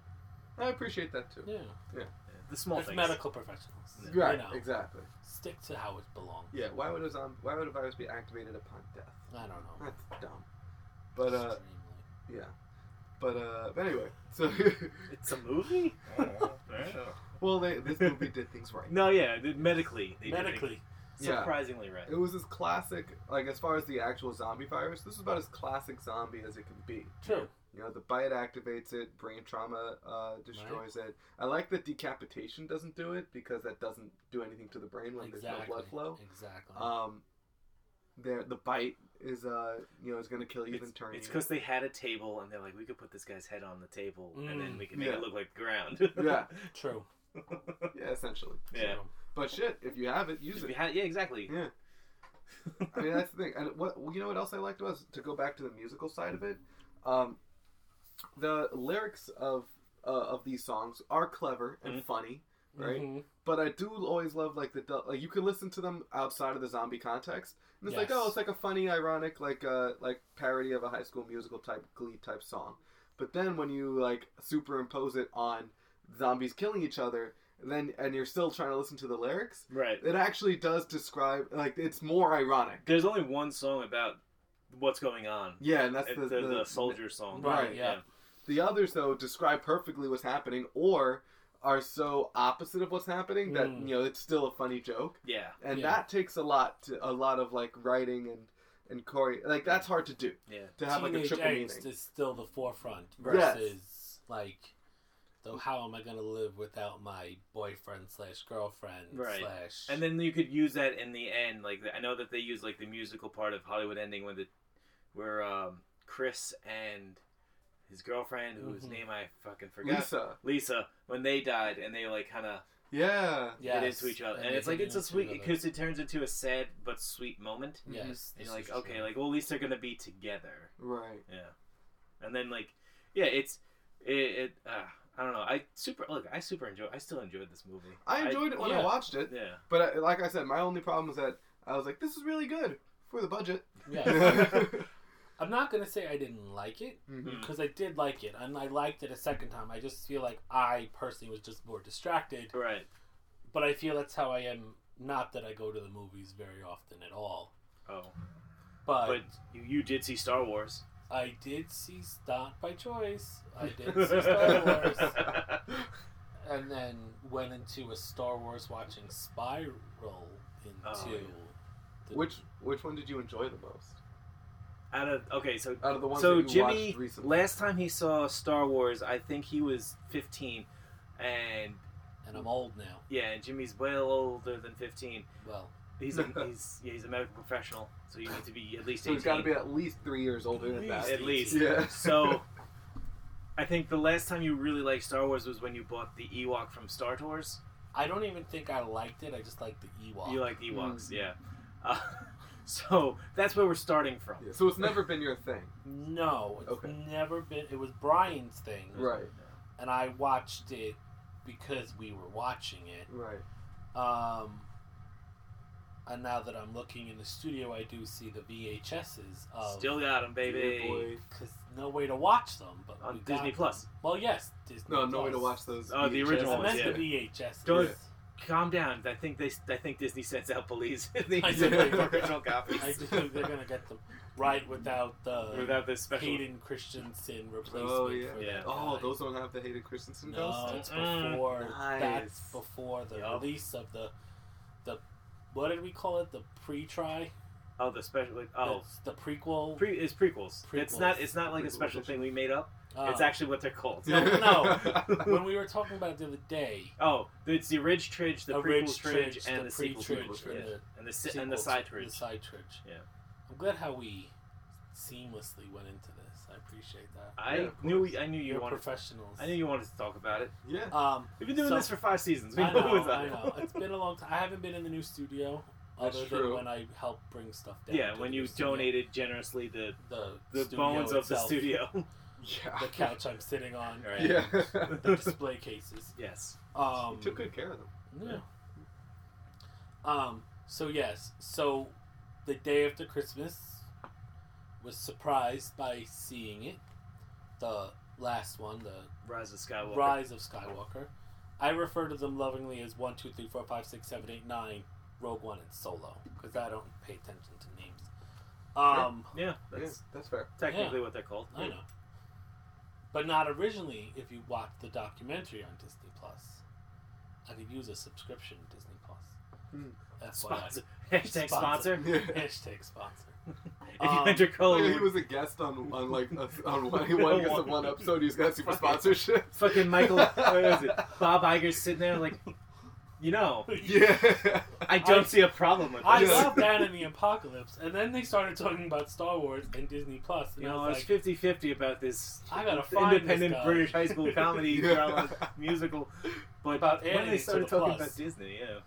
[SPEAKER 2] I appreciate that too.
[SPEAKER 4] Yeah.
[SPEAKER 3] the small
[SPEAKER 4] There's
[SPEAKER 3] things.
[SPEAKER 4] medical professionals.
[SPEAKER 3] Yeah.
[SPEAKER 4] You
[SPEAKER 2] Right.
[SPEAKER 4] know,
[SPEAKER 2] Exactly.
[SPEAKER 4] Stick to how it belongs.
[SPEAKER 2] Yeah. Why would a zombie, Why would a virus be activated upon death?
[SPEAKER 4] I don't know.
[SPEAKER 2] That's dumb. But uh,
[SPEAKER 4] Extremely.
[SPEAKER 2] Yeah. But uh, but anyway, so
[SPEAKER 3] It's a movie.
[SPEAKER 2] well, they, this movie did things right.
[SPEAKER 3] no, yeah, the- medically, they did things
[SPEAKER 4] medically.
[SPEAKER 2] Yeah.
[SPEAKER 3] surprisingly right.
[SPEAKER 2] It was as classic, like as far as the actual zombie virus, this was about as classic zombie as it can be.
[SPEAKER 4] True.
[SPEAKER 2] You know, know, the bite activates it, brain trauma uh, destroys it. I like that decapitation doesn't do it because that doesn't do anything to the brain when
[SPEAKER 4] exactly.
[SPEAKER 2] there's no blood flow.
[SPEAKER 4] Exactly.
[SPEAKER 3] Uh,
[SPEAKER 2] Um, there, the bite is uh, you know, is going to kill you
[SPEAKER 3] It's
[SPEAKER 2] and turn you.
[SPEAKER 3] because they had a table and they're like, we could put this guy's head on the table and then
[SPEAKER 4] Mm.
[SPEAKER 3] we can make
[SPEAKER 2] Yeah.
[SPEAKER 3] it look like the ground.
[SPEAKER 2] Yeah.
[SPEAKER 4] True.
[SPEAKER 2] yeah, essentially.
[SPEAKER 3] yeah.
[SPEAKER 4] True.
[SPEAKER 2] But shit, if you have it, use
[SPEAKER 3] If
[SPEAKER 2] it.
[SPEAKER 3] you had- yeah, exactly.
[SPEAKER 2] Yeah. I mean, that's the thing. And what you know, what else I liked was to go back to the musical side of it. Um, the lyrics of uh, of these songs are clever and
[SPEAKER 3] Mhm.
[SPEAKER 2] funny, right?
[SPEAKER 4] Mhm.
[SPEAKER 2] But I do always love like the du- like you can listen to them outside of the zombie context, and it's like
[SPEAKER 4] Yes.
[SPEAKER 2] oh, it's like a funny, ironic, like uh, like parody of a High School Musical type Glee type song. But then when you like superimpose it on zombies killing each other, then and you're still trying to listen to the lyrics,
[SPEAKER 3] Right.
[SPEAKER 2] it actually does describe like it's more ironic.
[SPEAKER 3] There's only one song about what's going on.
[SPEAKER 2] Yeah, and that's
[SPEAKER 3] It's
[SPEAKER 2] the,
[SPEAKER 3] the, the uh, soldier song.
[SPEAKER 4] Right, yeah.
[SPEAKER 2] The others though describe perfectly what's happening, or are so opposite of what's happening that
[SPEAKER 4] Mm.
[SPEAKER 2] you know it's still a funny joke,
[SPEAKER 3] Yeah.
[SPEAKER 2] and
[SPEAKER 4] Yeah.
[SPEAKER 2] that takes a lot, to, a lot of like writing and and choreo. Like that's hard to do
[SPEAKER 3] Yeah.
[SPEAKER 2] to have like a
[SPEAKER 4] Teenage
[SPEAKER 2] triple
[SPEAKER 4] angst
[SPEAKER 2] meaning.
[SPEAKER 4] is still the forefront
[SPEAKER 2] Yes.
[SPEAKER 4] versus like, though how am I gonna live without my boyfriend slash girlfriend
[SPEAKER 3] Right.
[SPEAKER 4] slash
[SPEAKER 3] And then you could use that in the end. Like I know that they use like the musical part of Hollywood Ending when the where um, Chris and his girlfriend, whose
[SPEAKER 4] Mhm.
[SPEAKER 3] name I fucking forgot, Lisa.
[SPEAKER 2] Lisa,
[SPEAKER 3] when they died and they like kind of
[SPEAKER 2] yeah,
[SPEAKER 4] yes,
[SPEAKER 3] hit into each other, and,
[SPEAKER 4] they
[SPEAKER 3] it's like
[SPEAKER 4] hit
[SPEAKER 3] it's a
[SPEAKER 4] into
[SPEAKER 3] sweet
[SPEAKER 4] each other.
[SPEAKER 3] because it turns into a sad but sweet moment.
[SPEAKER 4] yes,
[SPEAKER 3] And
[SPEAKER 4] this
[SPEAKER 3] you're like,
[SPEAKER 4] is
[SPEAKER 3] okay,
[SPEAKER 4] true.
[SPEAKER 3] like well, at least they're gonna be together.
[SPEAKER 2] right.
[SPEAKER 3] Yeah, and then like, yeah, it's it. it uh, I don't know. I super look. I super enjoy. I still enjoyed this movie.
[SPEAKER 2] I enjoyed it when I
[SPEAKER 4] yeah.
[SPEAKER 2] watched it,
[SPEAKER 3] Yeah.
[SPEAKER 2] but I, like I said, my only problem is that I was like, this is really good for the budget.
[SPEAKER 4] Yes. I'm not gonna say I didn't like it
[SPEAKER 2] Mhm.
[SPEAKER 4] because I did like it, and I liked it a second time. I just feel like I personally was just more distracted,
[SPEAKER 3] Right.
[SPEAKER 4] but I feel that's how I am. Not that I go to the movies very often at all,
[SPEAKER 3] Oh.
[SPEAKER 4] but,
[SPEAKER 3] But you, you did see Star Wars.
[SPEAKER 4] I did see not by choice. I did see Star Wars. and then went into a Star Wars watching spiral into
[SPEAKER 3] Oh, yeah.
[SPEAKER 4] the,
[SPEAKER 2] Which which one did you enjoy the most?
[SPEAKER 3] Out of okay, so
[SPEAKER 2] Out of the ones
[SPEAKER 3] so
[SPEAKER 2] that you
[SPEAKER 3] Jimmy
[SPEAKER 2] watched recently.
[SPEAKER 3] last time he saw Star Wars, I think he was 15, and
[SPEAKER 4] and I'm old now.
[SPEAKER 3] yeah, and Jimmy's well older than 15.
[SPEAKER 4] Well,
[SPEAKER 3] He's a he's yeah, he's a medical professional, so you need to be at least
[SPEAKER 2] So
[SPEAKER 3] 18.
[SPEAKER 2] he's got to be at least three years older than that.
[SPEAKER 3] at least.
[SPEAKER 2] Yeah.
[SPEAKER 3] So I think the last time you really liked Star Wars was when you bought the Ewok from Star Tours.
[SPEAKER 4] I don't even think I liked it. I just liked the Ewok.
[SPEAKER 3] You like Ewoks,
[SPEAKER 2] Mm.
[SPEAKER 3] yeah. Uh, so that's where we're starting from.
[SPEAKER 2] Yeah, So it's never been your thing,
[SPEAKER 4] no, it's
[SPEAKER 2] Okay.
[SPEAKER 4] never been. It was Brian's thing,
[SPEAKER 2] right?
[SPEAKER 4] and I watched it because we were watching it.
[SPEAKER 2] Right.
[SPEAKER 4] Um, and now that I'm looking in the studio, I do see the VHSs of
[SPEAKER 3] Still got him, baby.
[SPEAKER 2] Dear boy.
[SPEAKER 4] because no way to watch them, but
[SPEAKER 3] On
[SPEAKER 4] we got
[SPEAKER 3] Disney
[SPEAKER 4] them.
[SPEAKER 3] Plus.
[SPEAKER 4] Well, yes, Disney
[SPEAKER 2] No, no way to
[SPEAKER 4] Plus.
[SPEAKER 2] watch those.
[SPEAKER 3] Oh, the
[SPEAKER 2] VHS.
[SPEAKER 3] original
[SPEAKER 4] I
[SPEAKER 3] ones,
[SPEAKER 4] meant
[SPEAKER 3] yeah.
[SPEAKER 4] the VHS.
[SPEAKER 3] Don't- Calm down. I think they. I think Disney sends out police. they
[SPEAKER 4] I
[SPEAKER 3] need to make
[SPEAKER 2] do.
[SPEAKER 3] original
[SPEAKER 4] I
[SPEAKER 3] copies
[SPEAKER 4] do think they're gonna get them right without the
[SPEAKER 3] without this special.
[SPEAKER 4] Hayden Christensen replacement.
[SPEAKER 2] Oh, yeah.
[SPEAKER 4] for
[SPEAKER 3] Yeah.
[SPEAKER 4] that
[SPEAKER 2] Oh,
[SPEAKER 4] guy.
[SPEAKER 2] those don't have the Hayden Christensen
[SPEAKER 4] No,
[SPEAKER 2] ghost.
[SPEAKER 4] it's
[SPEAKER 3] Mm-mm.
[SPEAKER 4] before
[SPEAKER 2] Nice.
[SPEAKER 4] that's before the
[SPEAKER 3] Mm, Yup.
[SPEAKER 4] release of the the what did we call it? The pre-try.
[SPEAKER 3] Oh, the special. Like, oh,
[SPEAKER 4] That's the prequel.
[SPEAKER 3] pre, it's prequels. It's
[SPEAKER 4] Prequels.
[SPEAKER 3] not. It's not like a
[SPEAKER 2] Prequel
[SPEAKER 3] special
[SPEAKER 2] edition.
[SPEAKER 3] thing we made up.
[SPEAKER 4] Oh.
[SPEAKER 3] It's actually what they're called.
[SPEAKER 4] No, no.
[SPEAKER 3] no.
[SPEAKER 4] when we were talking about it the other day.
[SPEAKER 3] oh, it's the Ridge Tridge, the
[SPEAKER 4] a
[SPEAKER 3] prequel
[SPEAKER 4] Ridge
[SPEAKER 3] Tridge,
[SPEAKER 4] Tridge,
[SPEAKER 3] and the,
[SPEAKER 4] the
[SPEAKER 3] sequel
[SPEAKER 4] pre-Tridge,
[SPEAKER 3] Tridge,
[SPEAKER 4] and
[SPEAKER 3] yeah.
[SPEAKER 4] the
[SPEAKER 3] and the si- and the
[SPEAKER 4] sequel
[SPEAKER 3] side
[SPEAKER 4] to-
[SPEAKER 3] Tridge.
[SPEAKER 4] The side Tridge.
[SPEAKER 3] Yeah.
[SPEAKER 4] I'm glad how we seamlessly went into this. I appreciate that.
[SPEAKER 3] I
[SPEAKER 2] Yeah, of
[SPEAKER 3] knew. I knew
[SPEAKER 4] You're
[SPEAKER 3] you wanted.
[SPEAKER 4] professionals.
[SPEAKER 3] I knew you wanted to talk about it.
[SPEAKER 2] Yeah.
[SPEAKER 4] Um,
[SPEAKER 3] We've been doing
[SPEAKER 4] So-
[SPEAKER 3] this for five seasons. We
[SPEAKER 4] I
[SPEAKER 3] know,
[SPEAKER 4] know,
[SPEAKER 3] what's up.
[SPEAKER 4] I know. It's been a long time. I haven't been in the new studio
[SPEAKER 2] That's
[SPEAKER 4] other than
[SPEAKER 2] true.
[SPEAKER 4] when I helped bring stuff down.
[SPEAKER 3] Yeah,
[SPEAKER 4] to
[SPEAKER 3] when
[SPEAKER 4] the
[SPEAKER 3] you
[SPEAKER 4] new studio.
[SPEAKER 3] donated generously the
[SPEAKER 4] the
[SPEAKER 3] the
[SPEAKER 4] studio
[SPEAKER 3] bones of the
[SPEAKER 4] itself,
[SPEAKER 3] studio.
[SPEAKER 2] Yeah.
[SPEAKER 4] the couch I'm sitting on,
[SPEAKER 3] Right.
[SPEAKER 2] Yeah.
[SPEAKER 4] the display cases.
[SPEAKER 3] yes.
[SPEAKER 4] Um,
[SPEAKER 2] you took good care of them.
[SPEAKER 4] yeah. Um. So yes. So the day after Christmas was surprised by seeing it, the last one, the
[SPEAKER 3] Rise of Skywalker.
[SPEAKER 4] Rise of Skywalker. I refer to them lovingly as 1, 2, 3, 4, 5, 6, 7, 8, 9, Rogue One, and Solo, because I don't pay attention to names. Um,
[SPEAKER 3] Yeah,
[SPEAKER 2] Yeah,
[SPEAKER 3] that's
[SPEAKER 2] that's fair.
[SPEAKER 3] technically what they're called.
[SPEAKER 4] I know. But not originally if you watch the documentary on Disney Plus. I could use a subscription to Disney Plus.
[SPEAKER 2] Hmm.
[SPEAKER 4] That's
[SPEAKER 3] Sponsor. Hashtag sponsor.
[SPEAKER 4] Hashtag sponsor.
[SPEAKER 3] If you
[SPEAKER 4] Um,
[SPEAKER 3] enter
[SPEAKER 2] Like, he
[SPEAKER 3] code,
[SPEAKER 2] was a guest on, on like a, on one, one, guest on one episode. He's got super sponsorship.
[SPEAKER 3] fucking Michael, what was it? Bob Iger's sitting there like, you know,
[SPEAKER 2] Yeah.
[SPEAKER 3] I don't
[SPEAKER 4] I-
[SPEAKER 3] see a problem with
[SPEAKER 4] I
[SPEAKER 2] Yeah.
[SPEAKER 3] this.
[SPEAKER 4] love that in the apocalypse, and then they started talking about Star Wars and Disney Plus, and
[SPEAKER 3] You know,
[SPEAKER 4] I
[SPEAKER 3] I
[SPEAKER 4] was
[SPEAKER 3] was
[SPEAKER 4] like,
[SPEAKER 3] 50 50 about this
[SPEAKER 4] I gotta find this
[SPEAKER 3] independent
[SPEAKER 4] guy.
[SPEAKER 3] British high school comedy
[SPEAKER 2] Yeah.
[SPEAKER 3] drama musical. But
[SPEAKER 4] About
[SPEAKER 3] when
[SPEAKER 4] adding it
[SPEAKER 3] they
[SPEAKER 4] to
[SPEAKER 3] started
[SPEAKER 4] the
[SPEAKER 3] talking
[SPEAKER 4] plus.
[SPEAKER 3] about Disney, yeah.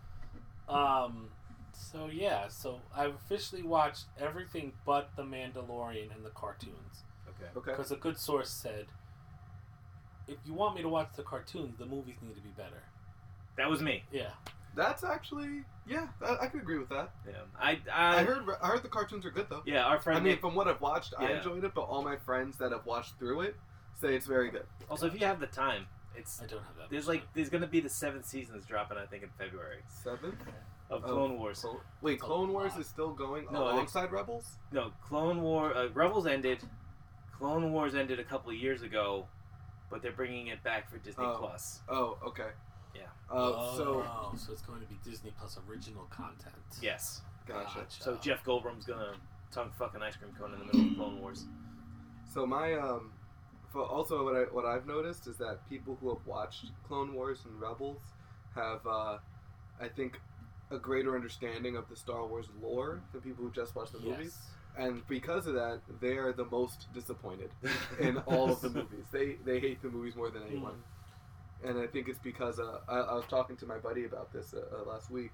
[SPEAKER 4] Um, so yeah, so I've officially watched everything but The Mandalorian and the cartoons
[SPEAKER 3] Okay.
[SPEAKER 2] Okay.
[SPEAKER 4] because a good source said, if you want me to watch the cartoons, the movies need to be better.
[SPEAKER 3] That was me.
[SPEAKER 4] Yeah,
[SPEAKER 2] That's actually yeah. I, I could agree with that.
[SPEAKER 3] Yeah. I,
[SPEAKER 2] I
[SPEAKER 3] I,
[SPEAKER 2] heard I heard the cartoons are good though.
[SPEAKER 3] Um, yeah, our friend
[SPEAKER 2] I mean,
[SPEAKER 3] Nick.
[SPEAKER 2] from what I've watched, I
[SPEAKER 3] Yeah.
[SPEAKER 2] enjoyed it, but all my friends that have watched through it say it's very good.
[SPEAKER 3] Also, if you have the time, it's
[SPEAKER 4] I don't have that.
[SPEAKER 3] there's
[SPEAKER 4] much
[SPEAKER 3] like there's gonna be the seventh season that's dropping, I think, in February
[SPEAKER 2] Seventh.
[SPEAKER 3] of
[SPEAKER 2] Oh.
[SPEAKER 3] Clone Wars.
[SPEAKER 2] Clo- Wait,
[SPEAKER 4] It's a
[SPEAKER 2] Clone Wars
[SPEAKER 4] lot.
[SPEAKER 2] is still going
[SPEAKER 3] No, I think-
[SPEAKER 2] alongside Rebels.
[SPEAKER 3] No, Clone War uh, Rebels ended. Clone Wars ended a couple of years ago, but they're bringing it back for Disney
[SPEAKER 2] Oh.
[SPEAKER 3] Plus.
[SPEAKER 2] Oh, okay.
[SPEAKER 3] Yeah.
[SPEAKER 2] Uh,
[SPEAKER 4] oh,
[SPEAKER 2] So
[SPEAKER 4] so it's going to be Disney Plus original content.
[SPEAKER 3] Yes.
[SPEAKER 2] gotcha.
[SPEAKER 3] So Jeff Goldblum's gonna tongue fucking ice cream cone in the middle of Clone Wars.
[SPEAKER 2] So my um, for also what I what I've noticed is that people who have watched Clone Wars and Rebels have, uh, I think, a greater understanding of the Star Wars lore than people who just watch the movies.
[SPEAKER 4] Yes.
[SPEAKER 2] And because of that, they are the most disappointed in all of the movies. They they hate the movies more than anyone. and I think it's because uh, I, I was talking to my buddy about this uh, uh, last week,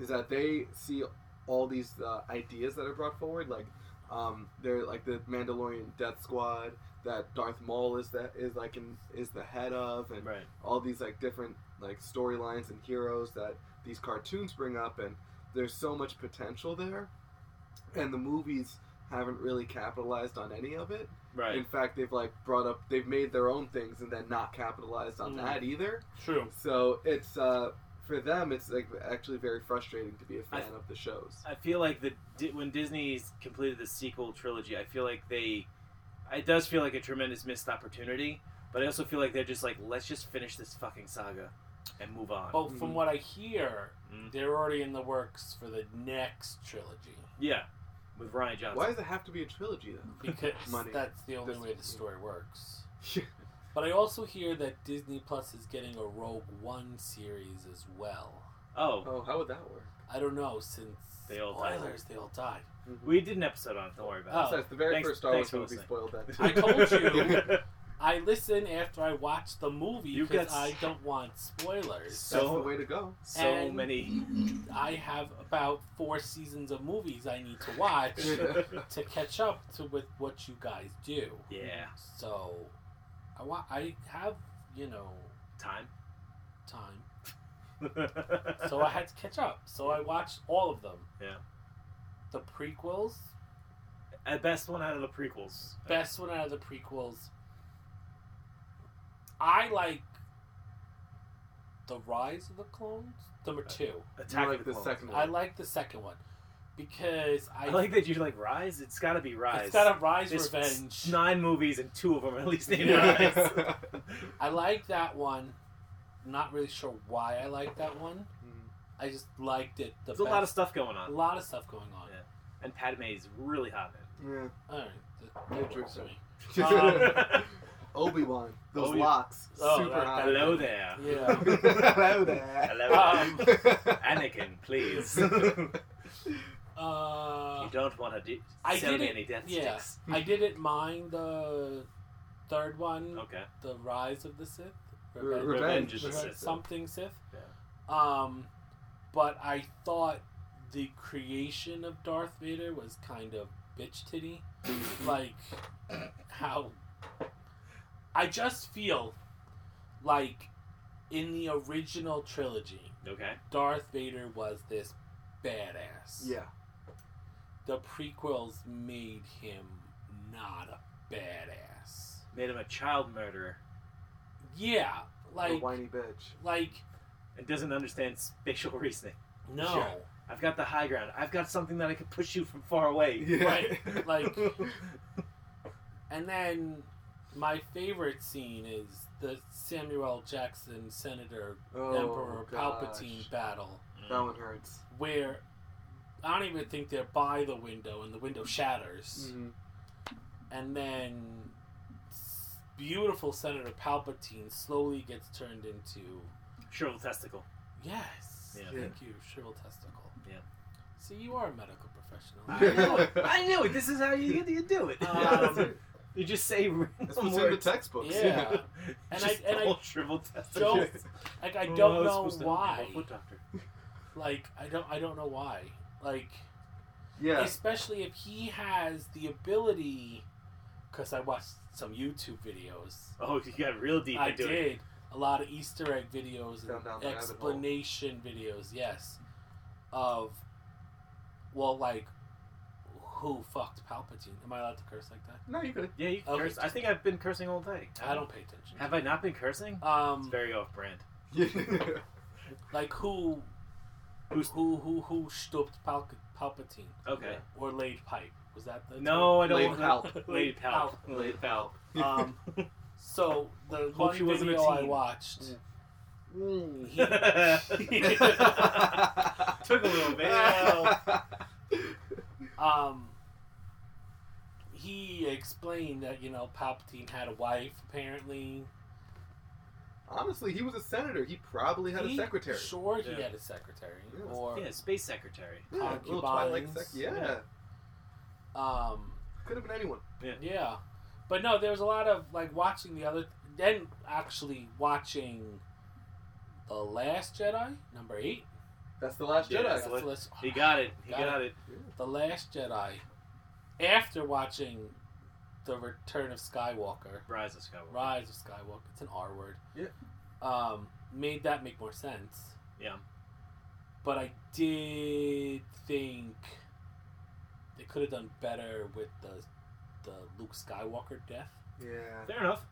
[SPEAKER 2] is that they see all these uh, ideas that are brought forward, like um, they're like the Mandalorian Death Squad that Darth Maul is that is like in, is the head of, and
[SPEAKER 3] Right.
[SPEAKER 2] all these like different like storylines and heroes that these cartoons bring up, and there's so much potential there, and the movies haven't really capitalized on any of it.
[SPEAKER 3] Right.
[SPEAKER 2] In fact, they've like brought up, they've made their own things and then not capitalized on
[SPEAKER 4] Mm.
[SPEAKER 2] that either.
[SPEAKER 4] True.
[SPEAKER 2] So it's uh, for them, it's like actually very frustrating to be a
[SPEAKER 3] I-
[SPEAKER 2] fan of the shows.
[SPEAKER 3] I feel like the Di- when Disney's completed the sequel trilogy, I feel like they, it does feel like a tremendous missed opportunity. But I also feel like they're just like, let's just finish this fucking saga and move on.
[SPEAKER 4] But
[SPEAKER 2] Mhm.
[SPEAKER 4] from what I hear,
[SPEAKER 3] Mhm.
[SPEAKER 4] they're already in the works for the next trilogy.
[SPEAKER 3] Yeah, with Ryan Johnson.
[SPEAKER 2] Why does it have to be a trilogy though?
[SPEAKER 4] because
[SPEAKER 2] Money.
[SPEAKER 4] that's the only
[SPEAKER 2] That's-
[SPEAKER 4] way the story works.
[SPEAKER 2] Yeah.
[SPEAKER 4] But I also hear that Disney Plus is getting a Rogue One series as well.
[SPEAKER 3] Oh,
[SPEAKER 2] Oh, how would that work?
[SPEAKER 4] I don't know since
[SPEAKER 3] They all died.
[SPEAKER 4] spoilers, they all died.
[SPEAKER 3] we did an episode on it. Don't worry about
[SPEAKER 4] Oh.
[SPEAKER 2] Besides, the very
[SPEAKER 3] Thanks-
[SPEAKER 2] first Star Wars
[SPEAKER 3] thanks for
[SPEAKER 2] movie
[SPEAKER 3] listening.
[SPEAKER 2] spoiled that.
[SPEAKER 3] it.
[SPEAKER 4] I told
[SPEAKER 2] Oh, you.
[SPEAKER 4] I listen after I watch the movie
[SPEAKER 3] You
[SPEAKER 4] because
[SPEAKER 3] got s-
[SPEAKER 4] I don't want spoilers.
[SPEAKER 2] That's
[SPEAKER 3] So-
[SPEAKER 2] the way to go.
[SPEAKER 3] so
[SPEAKER 4] And-
[SPEAKER 3] many.
[SPEAKER 4] I have about four seasons of movies I need to watch to catch up to with what you guys do.
[SPEAKER 3] yeah,
[SPEAKER 4] So I want I have, you know,
[SPEAKER 3] time.
[SPEAKER 4] time. so I had to catch up. So I watched all of them.
[SPEAKER 3] Yeah.
[SPEAKER 4] The prequels,
[SPEAKER 3] At best one out of the prequels.
[SPEAKER 4] best one out of the prequels. I like the Rise of the Clones, number two.
[SPEAKER 3] Attack
[SPEAKER 2] You
[SPEAKER 3] of
[SPEAKER 2] like
[SPEAKER 3] the,
[SPEAKER 2] the
[SPEAKER 3] Clones.
[SPEAKER 2] second one.
[SPEAKER 4] I like the second one because I,
[SPEAKER 3] I like that you like Rise. It's got to be Rise.
[SPEAKER 4] it's got a Rise
[SPEAKER 3] There's
[SPEAKER 4] Revenge.
[SPEAKER 3] Nine movies and two of them are at least named Rise.
[SPEAKER 2] Yeah.
[SPEAKER 4] I like that one. Not really sure why I like that one. I just liked it. The
[SPEAKER 3] There's a lot of
[SPEAKER 4] best.
[SPEAKER 3] stuff going
[SPEAKER 4] a
[SPEAKER 3] on,
[SPEAKER 4] lot of stuff going on.
[SPEAKER 3] and Padme's really hot in
[SPEAKER 2] yeah.
[SPEAKER 4] All right, that- that works for me.
[SPEAKER 3] it.
[SPEAKER 4] Um,
[SPEAKER 2] Obi Wan, those
[SPEAKER 3] Obi-
[SPEAKER 2] locks,
[SPEAKER 4] Oh,
[SPEAKER 2] super
[SPEAKER 4] that-
[SPEAKER 2] hot.
[SPEAKER 3] Hello there,
[SPEAKER 4] Yeah.
[SPEAKER 2] Hello there.
[SPEAKER 3] Hello.
[SPEAKER 2] there.
[SPEAKER 3] Anakin. Please, you
[SPEAKER 4] Uh,
[SPEAKER 3] don't want to do
[SPEAKER 4] I
[SPEAKER 3] sell
[SPEAKER 4] did
[SPEAKER 3] me
[SPEAKER 4] it-
[SPEAKER 3] any death
[SPEAKER 4] yeah.
[SPEAKER 3] sticks.
[SPEAKER 4] I didn't mind the third one,
[SPEAKER 3] Okay.
[SPEAKER 4] the Rise of the Sith,
[SPEAKER 2] Revenge,
[SPEAKER 3] Revenge
[SPEAKER 2] of
[SPEAKER 3] is the
[SPEAKER 4] Revenge-
[SPEAKER 3] Sith.
[SPEAKER 4] something Sith. Um, but I thought the creation of Darth Vader was kind of bitch titty, like how I just feel like in the original trilogy,
[SPEAKER 3] Okay.
[SPEAKER 4] Darth Vader was this badass.
[SPEAKER 2] Yeah.
[SPEAKER 4] the prequels made him not a badass.
[SPEAKER 3] Made him a child murderer
[SPEAKER 4] Yeah,
[SPEAKER 2] a
[SPEAKER 4] like
[SPEAKER 2] whiny bitch.
[SPEAKER 4] like
[SPEAKER 3] and doesn't understand spatial reasoning.
[SPEAKER 4] no,
[SPEAKER 2] Sure.
[SPEAKER 3] I've got the high ground. I've got something that I can push you from far away. Mm.
[SPEAKER 2] Yeah.
[SPEAKER 4] Right, like- and then my favorite scene is the Samuel Jackson Senator
[SPEAKER 2] Oh,
[SPEAKER 4] Emperor
[SPEAKER 2] gosh.
[SPEAKER 4] Palpatine battle
[SPEAKER 2] That one hurts.
[SPEAKER 4] where I don't even think they're by the window and the window shatters. And then s- beautiful Senator Palpatine slowly gets turned into
[SPEAKER 3] Shrivel testicle.
[SPEAKER 4] yes.
[SPEAKER 3] Yeah.
[SPEAKER 4] Thank you, shrivel testicle.
[SPEAKER 3] Yeah.
[SPEAKER 4] See, you are a medical
[SPEAKER 3] I
[SPEAKER 4] professional.
[SPEAKER 3] knew it. I knew it. This is how you, you do it.
[SPEAKER 2] Yeah, that's
[SPEAKER 4] Um,
[SPEAKER 2] it.
[SPEAKER 3] you just say
[SPEAKER 2] That's what's in the textbooks.
[SPEAKER 4] yeah. And
[SPEAKER 3] Just
[SPEAKER 4] I- and I
[SPEAKER 3] all shrivel testicle.
[SPEAKER 4] don't- Like
[SPEAKER 3] Oh,
[SPEAKER 4] I don't know why.
[SPEAKER 3] Foot doctor.
[SPEAKER 4] Like I don't I don't know why. Like
[SPEAKER 2] yeah.
[SPEAKER 4] especially if he has the ability because I watched some YouTube videos
[SPEAKER 3] Oh, you got real deep
[SPEAKER 4] I
[SPEAKER 3] into
[SPEAKER 4] did
[SPEAKER 3] it.
[SPEAKER 4] a lot of Easter egg videos
[SPEAKER 2] Down, down
[SPEAKER 4] and
[SPEAKER 2] the rabbit
[SPEAKER 4] explanation videos. Yes, of well, like who fucked Palpatine? Am I allowed to curse like that?
[SPEAKER 2] No, you could.
[SPEAKER 3] Yeah, you can
[SPEAKER 4] Okay.
[SPEAKER 3] curse. I think I've been cursing all day.
[SPEAKER 4] I don't pay attention.
[SPEAKER 3] Have I not been cursing? It's
[SPEAKER 4] Um,
[SPEAKER 3] very off-brand.
[SPEAKER 4] like who,
[SPEAKER 3] Who's-
[SPEAKER 4] who, who, who stooped Pal- Palpatine
[SPEAKER 3] Okay.
[SPEAKER 4] or laid pipe? Was that the
[SPEAKER 3] No, I
[SPEAKER 2] Lay
[SPEAKER 3] don't. want
[SPEAKER 2] palp.
[SPEAKER 3] to- Lady Palp.
[SPEAKER 4] Palp.
[SPEAKER 3] Lady Palp.
[SPEAKER 4] Um, so the
[SPEAKER 3] Hope
[SPEAKER 4] one
[SPEAKER 3] she wasn't a
[SPEAKER 4] video I
[SPEAKER 3] teen.
[SPEAKER 4] watched,
[SPEAKER 2] Mm.
[SPEAKER 4] he,
[SPEAKER 3] Took a little bit.
[SPEAKER 4] um, he explained that you know Palpatine had a wife apparently.
[SPEAKER 2] Honestly, he was a senator. He probably had a
[SPEAKER 4] He-
[SPEAKER 2] secretary.
[SPEAKER 4] Sure, he
[SPEAKER 3] Yeah.
[SPEAKER 4] had a secretary
[SPEAKER 2] Yes.
[SPEAKER 4] or
[SPEAKER 3] Yeah, space secretary.
[SPEAKER 2] Yeah, a little Twilight sec-
[SPEAKER 4] concubines.
[SPEAKER 2] yeah.
[SPEAKER 3] Yeah.
[SPEAKER 4] um,
[SPEAKER 2] could have been anyone.
[SPEAKER 4] yeah. But no, there was a lot of like watching the other. Then actually watching the Last Jedi number eight.
[SPEAKER 2] That's the last
[SPEAKER 3] Yeah,
[SPEAKER 2] Jedi.
[SPEAKER 3] that's
[SPEAKER 4] That's
[SPEAKER 3] what-
[SPEAKER 4] the last-
[SPEAKER 3] He got it. He
[SPEAKER 4] Got
[SPEAKER 3] got, it.
[SPEAKER 4] the Last Jedi. After watching the Return of Skywalker,
[SPEAKER 3] Rise of Skywalker.
[SPEAKER 4] Rise of Skywalker. It's an R word.
[SPEAKER 2] Yeah.
[SPEAKER 4] Um, made that make more sense.
[SPEAKER 3] Yeah.
[SPEAKER 4] But I did think they could have done better with the the Luke Skywalker death.
[SPEAKER 2] yeah.
[SPEAKER 3] Fair enough.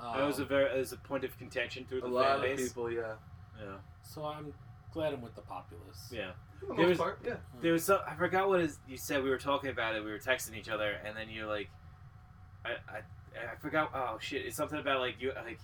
[SPEAKER 4] Um,
[SPEAKER 3] That was a very, it was a point of contention through
[SPEAKER 2] A
[SPEAKER 3] the fan
[SPEAKER 2] lot of
[SPEAKER 3] base.
[SPEAKER 2] people, yeah.
[SPEAKER 3] Yeah.
[SPEAKER 4] so I'm glad I'm with the populace.
[SPEAKER 3] Yeah.
[SPEAKER 2] For the
[SPEAKER 3] There
[SPEAKER 2] most
[SPEAKER 3] was-
[SPEAKER 2] part, yeah.
[SPEAKER 3] There was some, I forgot what is, you said. We were talking about it. We were texting each other, and then you're like, I, I, I forgot. Oh shit! It's something about like you, like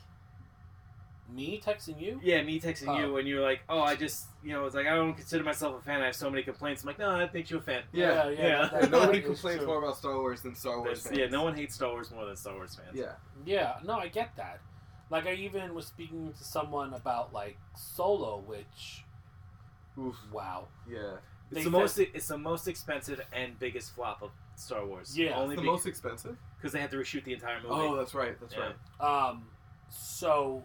[SPEAKER 4] Me texting you?
[SPEAKER 3] yeah, me texting
[SPEAKER 4] Oh.
[SPEAKER 3] you, and you're like, oh, I just, you know, it's like I don't consider myself a fan. I have so many complaints. I'm like, no, that makes you a fan.
[SPEAKER 2] Yeah.
[SPEAKER 4] yeah.
[SPEAKER 3] Yeah.
[SPEAKER 4] that-
[SPEAKER 2] And nobody
[SPEAKER 4] that is
[SPEAKER 2] complains
[SPEAKER 4] true.
[SPEAKER 2] more about Star Wars than Star Wars
[SPEAKER 3] That's-
[SPEAKER 2] fans.
[SPEAKER 3] yeah, no one hates Star Wars more than Star Wars fans.
[SPEAKER 2] Yeah.
[SPEAKER 4] Yeah, no, I get that. Like I even was speaking to someone about like Solo, which
[SPEAKER 2] Oof.
[SPEAKER 4] wow,
[SPEAKER 2] Yeah.
[SPEAKER 3] It's
[SPEAKER 4] They
[SPEAKER 3] the most. It's the most expensive and biggest flop of Star Wars.
[SPEAKER 4] Yeah.
[SPEAKER 3] only
[SPEAKER 2] It's the
[SPEAKER 3] because
[SPEAKER 2] most expensive.
[SPEAKER 3] they had to reshoot the entire movie.
[SPEAKER 2] Oh, that's right. That's
[SPEAKER 3] Yeah.
[SPEAKER 2] right.
[SPEAKER 4] Um, so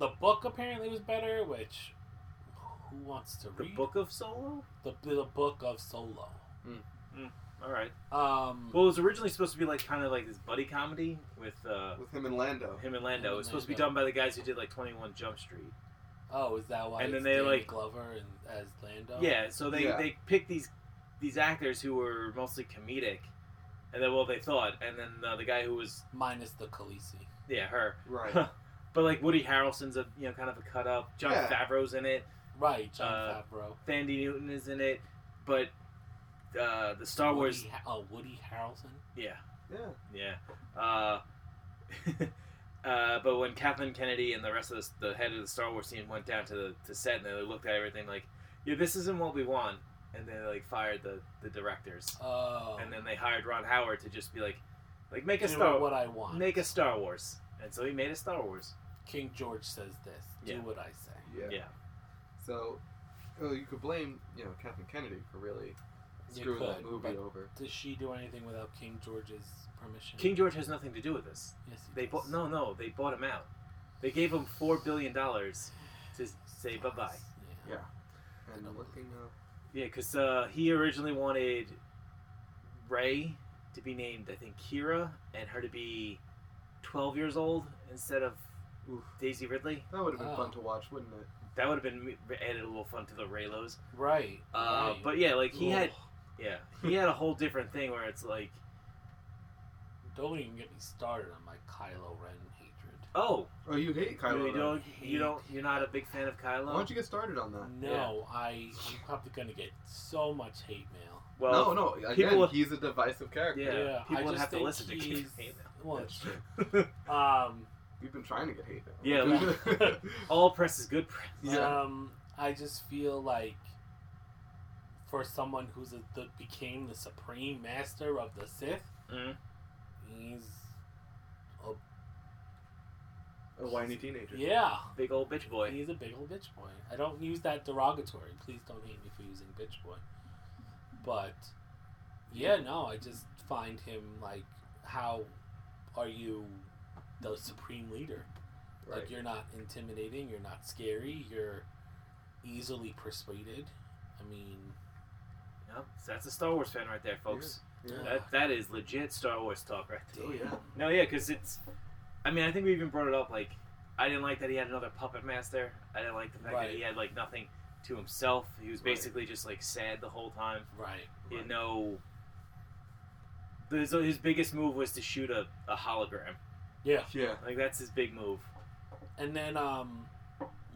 [SPEAKER 4] the book apparently was better, which who wants to
[SPEAKER 3] the
[SPEAKER 4] read
[SPEAKER 3] Book of Solo.
[SPEAKER 4] the, the book of Solo?
[SPEAKER 3] All right.
[SPEAKER 4] Um,
[SPEAKER 3] Well, it was originally supposed to be like kind of like this buddy comedy with uh,
[SPEAKER 2] With him and Lando.
[SPEAKER 3] him and Lando.
[SPEAKER 4] Him
[SPEAKER 3] It
[SPEAKER 4] and
[SPEAKER 3] was supposed to be
[SPEAKER 4] Lando.
[SPEAKER 3] done by the guys who did like Twenty One Jump Street.
[SPEAKER 4] oh, is that why?
[SPEAKER 3] and then
[SPEAKER 4] it's
[SPEAKER 3] they,
[SPEAKER 4] Danny
[SPEAKER 3] like-
[SPEAKER 4] Glover and as Lando.
[SPEAKER 3] Yeah, so they
[SPEAKER 2] Yeah.
[SPEAKER 3] they picked these these actors who were mostly comedic, and then well they thought, and then uh, the guy who was
[SPEAKER 4] minus the Khaleesi.
[SPEAKER 3] yeah her,
[SPEAKER 2] Right.
[SPEAKER 3] but like Woody Harrelson's a you know kind of a cut up. John
[SPEAKER 2] Yeah.
[SPEAKER 3] Favreau's in it.
[SPEAKER 4] Right, John
[SPEAKER 3] Uh,
[SPEAKER 4] Favreau.
[SPEAKER 3] Thandi Newton is in it, but uh, the Star Wars
[SPEAKER 4] Woody, Ha- oh, Woody Harrelson.
[SPEAKER 3] yeah
[SPEAKER 2] yeah.
[SPEAKER 3] yeah. Uh, Uh, but when Kathleen Kennedy and the rest of the, the head of the Star Wars team went down to the to set and they looked at everything like, yeah, this isn't what we want, and they like fired the, the directors.
[SPEAKER 4] Oh,
[SPEAKER 3] and then they hired Ron Howard to just be like, like make a
[SPEAKER 4] do
[SPEAKER 3] Star,
[SPEAKER 4] what I want.
[SPEAKER 3] make a Star Wars, and so he made a Star Wars.
[SPEAKER 4] King George says this. Do
[SPEAKER 3] Yeah.
[SPEAKER 4] what I say.
[SPEAKER 2] Yeah.
[SPEAKER 3] Yeah,
[SPEAKER 2] So, oh, you could blame you know Kathleen Kennedy for really
[SPEAKER 4] You
[SPEAKER 2] screwing that
[SPEAKER 4] could,
[SPEAKER 2] movie
[SPEAKER 4] but-
[SPEAKER 2] over.
[SPEAKER 4] Does she do anything without King George's permission?
[SPEAKER 3] King George has nothing to do with this.
[SPEAKER 4] Yes, he
[SPEAKER 3] They
[SPEAKER 4] does.
[SPEAKER 3] bought no, no, they bought him out. They gave him four billion dollars to say bye bye.
[SPEAKER 4] Yeah.
[SPEAKER 2] And looking up,
[SPEAKER 3] Yeah, because uh, he originally wanted Ray to be named, I think, Kira, and her to be twelve years old instead of
[SPEAKER 2] Oof.
[SPEAKER 3] Daisy Ridley.
[SPEAKER 2] that would have been
[SPEAKER 4] Oh.
[SPEAKER 2] fun to watch, wouldn't it?
[SPEAKER 3] That would have been added a little fun to the Raylos.
[SPEAKER 4] Right.
[SPEAKER 3] Uh,
[SPEAKER 4] right.
[SPEAKER 3] But yeah, like he had
[SPEAKER 2] Ugh.
[SPEAKER 3] Yeah, he had a whole different thing where it's like,
[SPEAKER 4] Don't even get me started on my Kylo Ren hatred.
[SPEAKER 3] oh,
[SPEAKER 2] Oh, you hate Kylo
[SPEAKER 3] you
[SPEAKER 2] Ren.
[SPEAKER 3] don't, you don't, you're not a big fan of
[SPEAKER 2] Why
[SPEAKER 3] Kylo.
[SPEAKER 2] don't you get started on that?
[SPEAKER 4] No, I, I'm probably going to get so much hate mail.
[SPEAKER 3] well,
[SPEAKER 2] no, no. Again,
[SPEAKER 3] people-
[SPEAKER 2] he's a divisive character.
[SPEAKER 3] yeah,
[SPEAKER 4] Yeah, I
[SPEAKER 3] people would
[SPEAKER 4] just
[SPEAKER 3] have to
[SPEAKER 4] think
[SPEAKER 3] listen to King
[SPEAKER 4] he's-
[SPEAKER 3] Kane.
[SPEAKER 4] Well,
[SPEAKER 3] Yeah.
[SPEAKER 4] it's true. Um,
[SPEAKER 2] You've been trying to get hate. now.
[SPEAKER 3] Yeah, oh, uh,
[SPEAKER 4] like-
[SPEAKER 2] yeah.
[SPEAKER 3] All press is good press.
[SPEAKER 2] Yeah.
[SPEAKER 4] um, I just feel like for someone who's a, the, became the supreme master of the Sith,
[SPEAKER 3] Mhm.
[SPEAKER 4] he's
[SPEAKER 2] A whiny teenager.
[SPEAKER 4] yeah,
[SPEAKER 3] Big old bitch boy.
[SPEAKER 4] he's a big old bitch boy. I don't use that derogatory. Please don't hate me for using bitch boy. But yeah, no, I just find him like, how are you the supreme leader?
[SPEAKER 2] Right.
[SPEAKER 4] Like you're not intimidating, you're not scary, you're easily persuaded. I mean,
[SPEAKER 3] Yep. So that's a Star Wars fan right there, folks.
[SPEAKER 2] Yeah.
[SPEAKER 3] That that is legit Star Wars talk right there.
[SPEAKER 2] Oh yeah.
[SPEAKER 3] No, yeah, because it's. I mean, I think we even brought it up. Like, I didn't like that he had another puppet master. I didn't like the fact that he
[SPEAKER 4] Right.
[SPEAKER 3] had like nothing to himself. He was
[SPEAKER 2] Right.
[SPEAKER 3] basically just like sad the whole time.
[SPEAKER 4] right.
[SPEAKER 3] You know. His, his biggest move was to shoot a, a hologram.
[SPEAKER 4] Yeah.
[SPEAKER 2] Yeah.
[SPEAKER 3] Like that's his big move.
[SPEAKER 4] And then, um,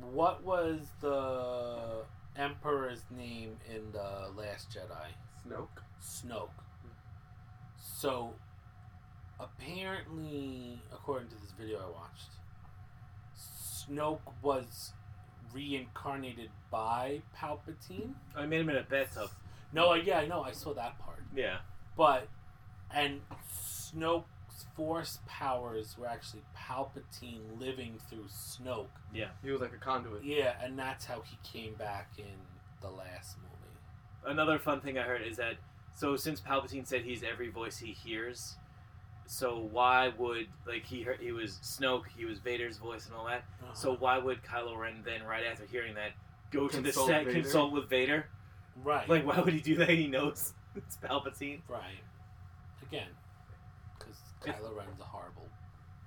[SPEAKER 4] what was the Emperor's name in the Last Jedi?
[SPEAKER 2] Snoke.
[SPEAKER 4] Snoke. So, apparently, according to this video I watched, Snoke was reincarnated by Palpatine.
[SPEAKER 3] I made him in a bathtub.
[SPEAKER 4] No, I- yeah, I know, I saw that part.
[SPEAKER 3] Yeah.
[SPEAKER 4] But and Snoke's force powers were actually Palpatine living through Snoke.
[SPEAKER 2] He was like a conduit.
[SPEAKER 4] Yeah, and that's how he came back in the last movie.
[SPEAKER 3] Another fun thing I heard is that so since Palpatine said he's every voice he hears, so why would like he heard, he was Snoke, he was Vader's voice and all that. So why would Kylo Ren then, right after hearing that, go to
[SPEAKER 2] Consult
[SPEAKER 3] the set,
[SPEAKER 2] Vader?
[SPEAKER 3] consult with Vader?
[SPEAKER 4] right,
[SPEAKER 3] Like, why would he do that? He knows it's Palpatine.
[SPEAKER 4] right, again, because
[SPEAKER 3] It's-
[SPEAKER 4] Kylo Ren's a horrible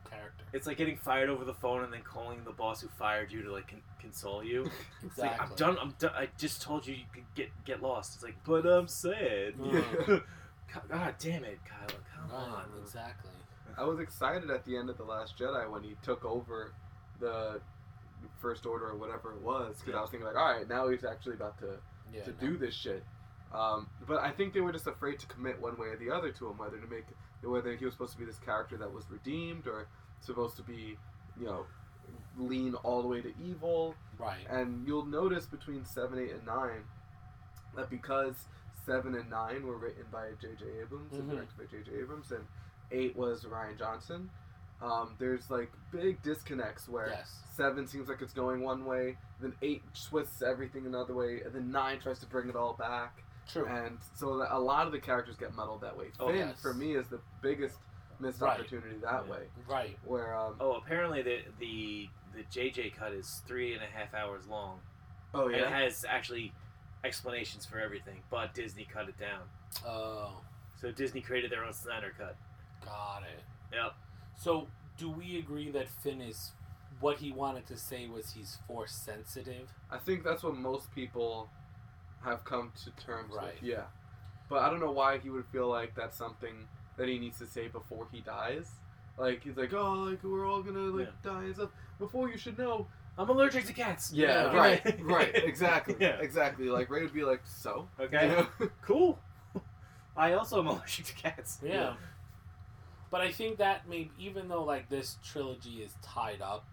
[SPEAKER 4] character.
[SPEAKER 3] It's like getting fired over the phone and then calling the boss who fired you to like con- console you. It's like I'm done. I'm done. I just told you you could get get lost. It's like, but I'm sad.
[SPEAKER 2] Mm.
[SPEAKER 3] God damn it, Kylo! Come
[SPEAKER 4] Right,
[SPEAKER 3] on.
[SPEAKER 4] exactly.
[SPEAKER 2] I was excited at the end of the Last Jedi when he took over the First Order or whatever it was because I was thinking like, all right, now he's actually about to
[SPEAKER 4] Yeah,
[SPEAKER 2] to
[SPEAKER 4] no.
[SPEAKER 2] do this shit. Um, but I think they were just afraid to commit one way or the other to him, whether to make whether he was supposed to be this character that was redeemed or supposed to be, you know, lean all the way to evil.
[SPEAKER 4] right,
[SPEAKER 2] And you'll notice between seven, eight, and nine that because seven and nine were written by J.J. Abrams and
[SPEAKER 4] Mhm.
[SPEAKER 2] directed by J.J. Abrams, and eight was Ryan Johnson. Um, there's like big disconnects where
[SPEAKER 4] yes,
[SPEAKER 2] Seven seems like it's going one way, then eight twists everything another way, and then nine tries to bring it all back.
[SPEAKER 4] true.
[SPEAKER 2] And so that a lot of the characters get muddled that way.
[SPEAKER 3] Oh,
[SPEAKER 2] Finn,
[SPEAKER 4] yes.
[SPEAKER 2] for me, is the biggest missed
[SPEAKER 4] Right.
[SPEAKER 2] opportunity that
[SPEAKER 3] Yeah.
[SPEAKER 2] way.
[SPEAKER 4] right,
[SPEAKER 2] Where um, oh,
[SPEAKER 3] Oh, apparently the the the JJ cut is three and a half hours long. And It
[SPEAKER 2] oh, yeah,
[SPEAKER 3] has actually explanations for everything, but Disney cut it down.
[SPEAKER 4] oh,
[SPEAKER 3] So Disney created their own Snyder cut.
[SPEAKER 4] got it.
[SPEAKER 3] Yep.
[SPEAKER 4] So, do we agree that Finn is what he wanted to say was he's force sensitive?
[SPEAKER 2] I think that's what most people have come to terms
[SPEAKER 4] Right.
[SPEAKER 2] with. Yeah, but I don't know why he would feel like that's something that he needs to say before he dies. Like he's like, oh, like we're all gonna like die and stuff. Before you should know.
[SPEAKER 3] I'm allergic to cats.
[SPEAKER 2] Yeah,
[SPEAKER 4] Yeah.
[SPEAKER 2] right, right, exactly,
[SPEAKER 3] Yeah.
[SPEAKER 2] exactly. Like Ray would be like, so.
[SPEAKER 3] Okay.
[SPEAKER 2] You know?
[SPEAKER 3] Cool. I also am allergic to cats.
[SPEAKER 4] Yeah. But I think that maybe even though like this trilogy is tied up,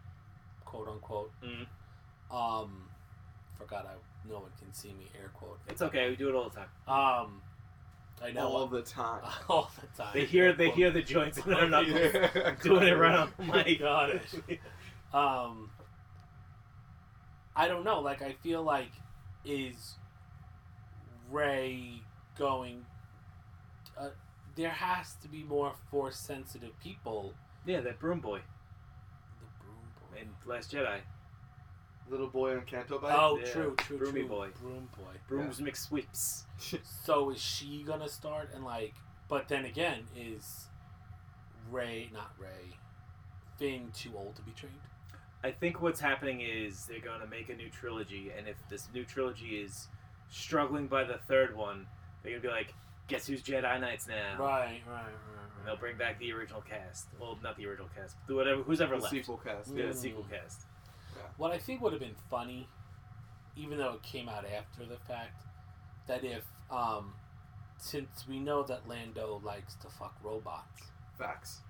[SPEAKER 4] quote unquote.
[SPEAKER 3] Mhm.
[SPEAKER 4] Um, forgot I no one can see me air quote.
[SPEAKER 3] It's okay. We do it all the time.
[SPEAKER 4] Um, I know
[SPEAKER 2] all the time.
[SPEAKER 4] all the time. Oh
[SPEAKER 3] They hear they hear the joints in their knuckles. Doing it right on
[SPEAKER 2] Oh
[SPEAKER 3] the mic.
[SPEAKER 4] Got it. Um, I don't know. Like I feel like is Ray going? Uh, there has to be more force sensitive people.
[SPEAKER 3] Yeah, that broom boy
[SPEAKER 4] The broom boy.
[SPEAKER 3] in Last Jedi.
[SPEAKER 2] Little boy on Canto Bite.
[SPEAKER 4] Oh,
[SPEAKER 3] Yeah,
[SPEAKER 4] true, true,
[SPEAKER 3] Broomy
[SPEAKER 4] true.
[SPEAKER 3] boy.
[SPEAKER 4] Broom boy.
[SPEAKER 3] Brooms mix sweeps.
[SPEAKER 4] So is she gonna start and like? But then again, is Ray not Ray? Finn too old to be trained?
[SPEAKER 3] I think what's happening is they're going to make a new trilogy, and if this new trilogy is struggling by the third one, they're going to be like, guess who's Jedi Knights now?
[SPEAKER 4] Right, right, right.
[SPEAKER 3] And
[SPEAKER 4] right.
[SPEAKER 3] they'll bring back the original cast. Well, not the original cast, but whatever, who's ever
[SPEAKER 2] the
[SPEAKER 3] left.
[SPEAKER 2] sequel Mm. cast.
[SPEAKER 3] Yeah,
[SPEAKER 2] Yeah.
[SPEAKER 3] the sequel cast.
[SPEAKER 4] What I think would have been funny, even though it came out after the fact, that if um, since we know that Lando likes to fuck robots,
[SPEAKER 2] Facts.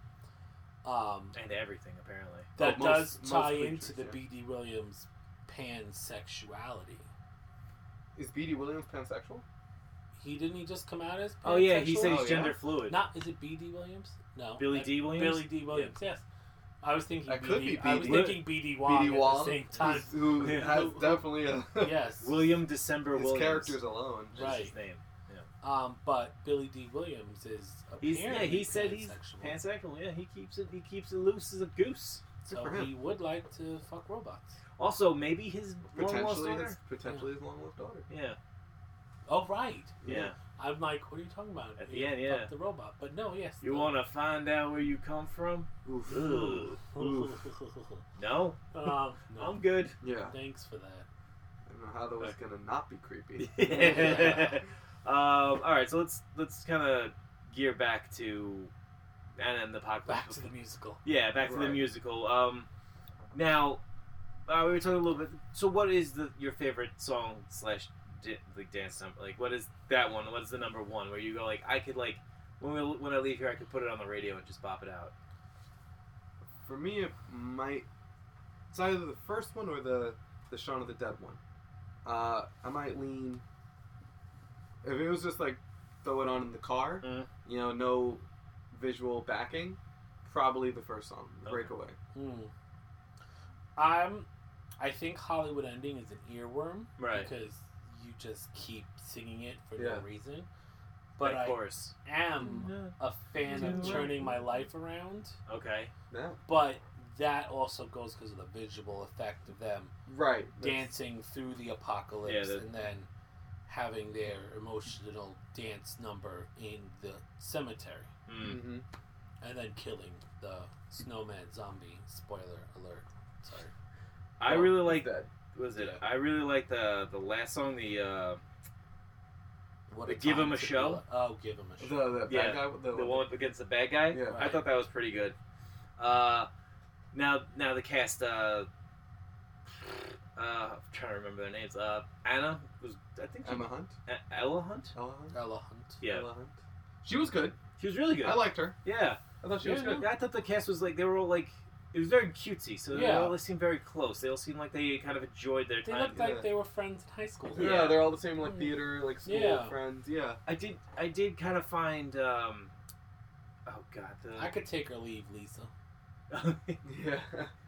[SPEAKER 4] um,
[SPEAKER 3] Oh, And everything, apparently.
[SPEAKER 4] that
[SPEAKER 2] most-
[SPEAKER 4] does
[SPEAKER 2] most
[SPEAKER 4] tie
[SPEAKER 2] creatures,
[SPEAKER 4] into the
[SPEAKER 2] yeah.
[SPEAKER 4] BD Williams pansexuality.
[SPEAKER 2] Is BD Williams pansexual?
[SPEAKER 4] He didn't he just come out as pansexual?
[SPEAKER 3] Oh yeah, he said
[SPEAKER 2] Oh,
[SPEAKER 3] he's
[SPEAKER 2] yeah?
[SPEAKER 3] gender fluid.
[SPEAKER 4] Not is it BD Williams? No.
[SPEAKER 3] Billy
[SPEAKER 4] That-
[SPEAKER 3] D. Williams.
[SPEAKER 4] Billy D. Williams. Yes. I was thinking
[SPEAKER 2] That
[SPEAKER 4] BD.
[SPEAKER 2] could be
[SPEAKER 4] I was
[SPEAKER 2] BD.
[SPEAKER 4] thinking BD Wong
[SPEAKER 2] BD
[SPEAKER 4] at
[SPEAKER 2] Wong,
[SPEAKER 4] the same time.
[SPEAKER 2] who's- who
[SPEAKER 3] Yeah.
[SPEAKER 2] has definitely a
[SPEAKER 4] yes.
[SPEAKER 3] William December
[SPEAKER 2] his
[SPEAKER 3] Williams.
[SPEAKER 2] characters alone.
[SPEAKER 3] is
[SPEAKER 4] Right.
[SPEAKER 3] His name.
[SPEAKER 4] Um, but Billy D. Williams is
[SPEAKER 3] He's,
[SPEAKER 4] apparently
[SPEAKER 3] yeah, he said he's
[SPEAKER 4] pansexual,
[SPEAKER 3] pansexual. Yeah, he keeps it. He keeps it loose as a goose.
[SPEAKER 4] so
[SPEAKER 2] for him.
[SPEAKER 4] he would like to fuck robots.
[SPEAKER 3] Also, maybe his long lost
[SPEAKER 2] Potentially,
[SPEAKER 3] daughter.
[SPEAKER 2] his potentially his long lost daughter.
[SPEAKER 3] Yeah,
[SPEAKER 4] Oh right.
[SPEAKER 3] yeah.
[SPEAKER 4] I'm like, what are you talking about?
[SPEAKER 3] At the
[SPEAKER 4] He
[SPEAKER 3] end, yeah.
[SPEAKER 4] fucked The robot, but no, yes.
[SPEAKER 3] You
[SPEAKER 4] the-
[SPEAKER 3] want to find out where you come from?
[SPEAKER 2] Oof.
[SPEAKER 3] Ugh.
[SPEAKER 4] um,
[SPEAKER 3] No, I'm
[SPEAKER 4] no,
[SPEAKER 3] good.
[SPEAKER 2] Yeah,
[SPEAKER 4] thanks for that.
[SPEAKER 2] I don't know how that was gonna not be creepy.
[SPEAKER 3] um, all right, so let's let's kind of gear back to and then the podcast.
[SPEAKER 4] Back to the musical.
[SPEAKER 3] yeah, back to the
[SPEAKER 2] Right.
[SPEAKER 3] musical. Um, now uh, we were talking a little bit. So, what is the your favorite song slash di- like dance number? Like, what is that one? What is the number one where you go like I could like when we, when I leave here I could put it on the radio and just bop it out.
[SPEAKER 2] For me, it might. It's either the first one or the the Shaun of the Dead one. Uh, I might lean. If it was just like throw it on in the car,
[SPEAKER 3] Mhm.
[SPEAKER 2] you know, no visual backing, probably the first song,
[SPEAKER 3] Okay.
[SPEAKER 2] Breakaway.
[SPEAKER 4] Hmm. I'm. I think Hollywood Ending is an earworm
[SPEAKER 3] Right.
[SPEAKER 4] because you just keep singing it for
[SPEAKER 2] Yeah.
[SPEAKER 4] no reason. But
[SPEAKER 3] of
[SPEAKER 4] I
[SPEAKER 3] course.
[SPEAKER 4] am a fan of
[SPEAKER 3] Do
[SPEAKER 4] turning my life around.
[SPEAKER 3] Okay.
[SPEAKER 2] Yeah,
[SPEAKER 4] But that also goes because of the visual effect of them
[SPEAKER 2] right. That's-
[SPEAKER 4] dancing through the apocalypse
[SPEAKER 3] Yeah, that-
[SPEAKER 4] and then having their emotional dance number in the cemetery
[SPEAKER 3] Mm.
[SPEAKER 2] Mhm.
[SPEAKER 4] and then killing the snowman zombie. Spoiler alert. Sorry.
[SPEAKER 3] I really
[SPEAKER 2] Well,
[SPEAKER 3] like
[SPEAKER 2] that.
[SPEAKER 3] was it?
[SPEAKER 4] Yeah.
[SPEAKER 3] I really like the the last song. The uh,
[SPEAKER 4] What
[SPEAKER 3] Like, give
[SPEAKER 4] time
[SPEAKER 3] him a
[SPEAKER 4] to be
[SPEAKER 3] show?
[SPEAKER 4] li- Oh, give him a
[SPEAKER 2] The,
[SPEAKER 4] show.
[SPEAKER 2] the
[SPEAKER 3] Yeah,
[SPEAKER 2] bad guy. with The,
[SPEAKER 3] the one against the bad guy.
[SPEAKER 2] Yeah.
[SPEAKER 3] I thought that was pretty good. Uh, now now the cast. Uh, uh, I'm trying to remember their names. Uh, Anna was I think she,
[SPEAKER 2] Emma Hunt.
[SPEAKER 3] A- Ella Hunt.
[SPEAKER 2] Ella Hunt.
[SPEAKER 4] Ella Hunt.
[SPEAKER 3] Yeah,
[SPEAKER 2] Ella Hunt. She was good.
[SPEAKER 3] she was really good.
[SPEAKER 2] I liked her.
[SPEAKER 3] yeah,
[SPEAKER 2] I thought she was
[SPEAKER 3] Yeah,
[SPEAKER 2] good.
[SPEAKER 3] no, I thought the cast was like they were all like it was very cutesy. So they
[SPEAKER 4] Yeah.
[SPEAKER 3] all seemed very close. They all seemed like they kind of enjoyed their
[SPEAKER 4] They
[SPEAKER 3] time.
[SPEAKER 4] looked like they were friends in high school.
[SPEAKER 2] Yeah,
[SPEAKER 3] Yeah.
[SPEAKER 2] they're all the same like
[SPEAKER 4] Mm.
[SPEAKER 2] theater, like school
[SPEAKER 4] Yeah.
[SPEAKER 2] friends. Yeah.
[SPEAKER 3] I did I did kind of find. Um, oh God, the
[SPEAKER 4] I could take or leave Lisa.
[SPEAKER 2] Yeah.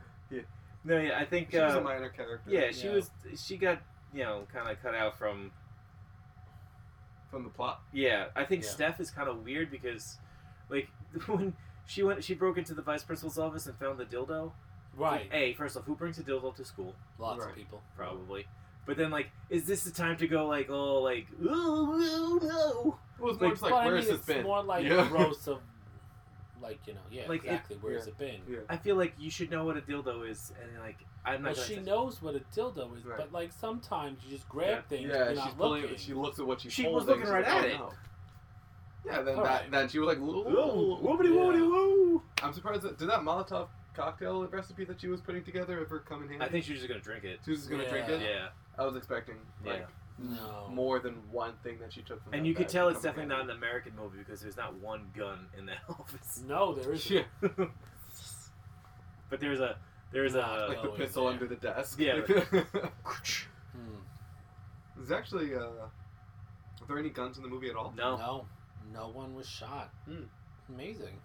[SPEAKER 3] no, yeah, I think
[SPEAKER 2] she was a
[SPEAKER 3] uh,
[SPEAKER 2] minor character.
[SPEAKER 3] yeah, she
[SPEAKER 4] Yeah.
[SPEAKER 3] was she got you know kind of cut out from
[SPEAKER 2] From the plot.
[SPEAKER 3] yeah. I think
[SPEAKER 4] Yeah.
[SPEAKER 3] Steph is kind of weird because like when she went she broke into the vice principal's office and found the dildo.
[SPEAKER 4] Right.
[SPEAKER 3] Hey, first off, who brings a dildo to school?
[SPEAKER 4] Lots
[SPEAKER 2] Right.
[SPEAKER 4] of people.
[SPEAKER 3] Probably. But then like, is this the time to go like oh like oh no
[SPEAKER 2] It was
[SPEAKER 3] Like,
[SPEAKER 2] more just like,
[SPEAKER 4] But I
[SPEAKER 2] where
[SPEAKER 4] mean,
[SPEAKER 2] has this
[SPEAKER 4] it's
[SPEAKER 2] been?
[SPEAKER 4] more like
[SPEAKER 2] Yeah.
[SPEAKER 4] gross of, like you know, yeah,
[SPEAKER 3] Like, it-
[SPEAKER 4] exactly. Where's
[SPEAKER 2] yeah.
[SPEAKER 4] it been?
[SPEAKER 2] Yeah.
[SPEAKER 3] no? I feel like you should know what a dildo is and like I'm
[SPEAKER 4] Well,
[SPEAKER 3] not.
[SPEAKER 4] she
[SPEAKER 3] gonna
[SPEAKER 4] knows what a dildo is,
[SPEAKER 2] Right.
[SPEAKER 4] but like sometimes you just grab things
[SPEAKER 2] yeah,
[SPEAKER 4] when you're
[SPEAKER 2] she's
[SPEAKER 4] not
[SPEAKER 2] pulling.
[SPEAKER 4] looking.
[SPEAKER 2] She looks at what she's
[SPEAKER 3] She
[SPEAKER 2] holding.
[SPEAKER 3] was looking
[SPEAKER 2] she's
[SPEAKER 3] right
[SPEAKER 2] like,
[SPEAKER 3] at
[SPEAKER 2] oh,
[SPEAKER 3] it.
[SPEAKER 2] no. Yeah, then
[SPEAKER 4] Alright.
[SPEAKER 2] that, then she was like, "Ooh."
[SPEAKER 3] Oh, wobbly wobbly
[SPEAKER 4] Yeah.
[SPEAKER 3] woo!
[SPEAKER 2] I'm surprised that did that Molotov cocktail recipe that she was putting together ever come in handy?
[SPEAKER 3] I think she was just gonna drink it.
[SPEAKER 2] she was just gonna drink
[SPEAKER 4] Yeah.
[SPEAKER 2] it.
[SPEAKER 3] Yeah,
[SPEAKER 2] I was expecting like
[SPEAKER 3] Yeah. Oh.
[SPEAKER 4] no,
[SPEAKER 2] more than one thing that she took from.
[SPEAKER 3] and
[SPEAKER 2] that
[SPEAKER 3] you could
[SPEAKER 2] bag
[SPEAKER 3] tell
[SPEAKER 2] would
[SPEAKER 3] it's
[SPEAKER 2] come in
[SPEAKER 3] definitely not
[SPEAKER 2] handy.
[SPEAKER 3] an American movie because there's not one gun in that office.
[SPEAKER 4] no, there isn't.
[SPEAKER 2] Yeah,
[SPEAKER 3] But there's a there's
[SPEAKER 4] Nah.
[SPEAKER 3] a
[SPEAKER 2] like the
[SPEAKER 4] Going
[SPEAKER 2] pistol
[SPEAKER 4] there.
[SPEAKER 2] under the desk.
[SPEAKER 3] Oh, Yeah.
[SPEAKER 4] Hmm.
[SPEAKER 2] There's actually, uh, are there any guns in the movie at all?
[SPEAKER 3] no.
[SPEAKER 4] No, no one was shot.
[SPEAKER 2] Hmm.
[SPEAKER 4] Amazing.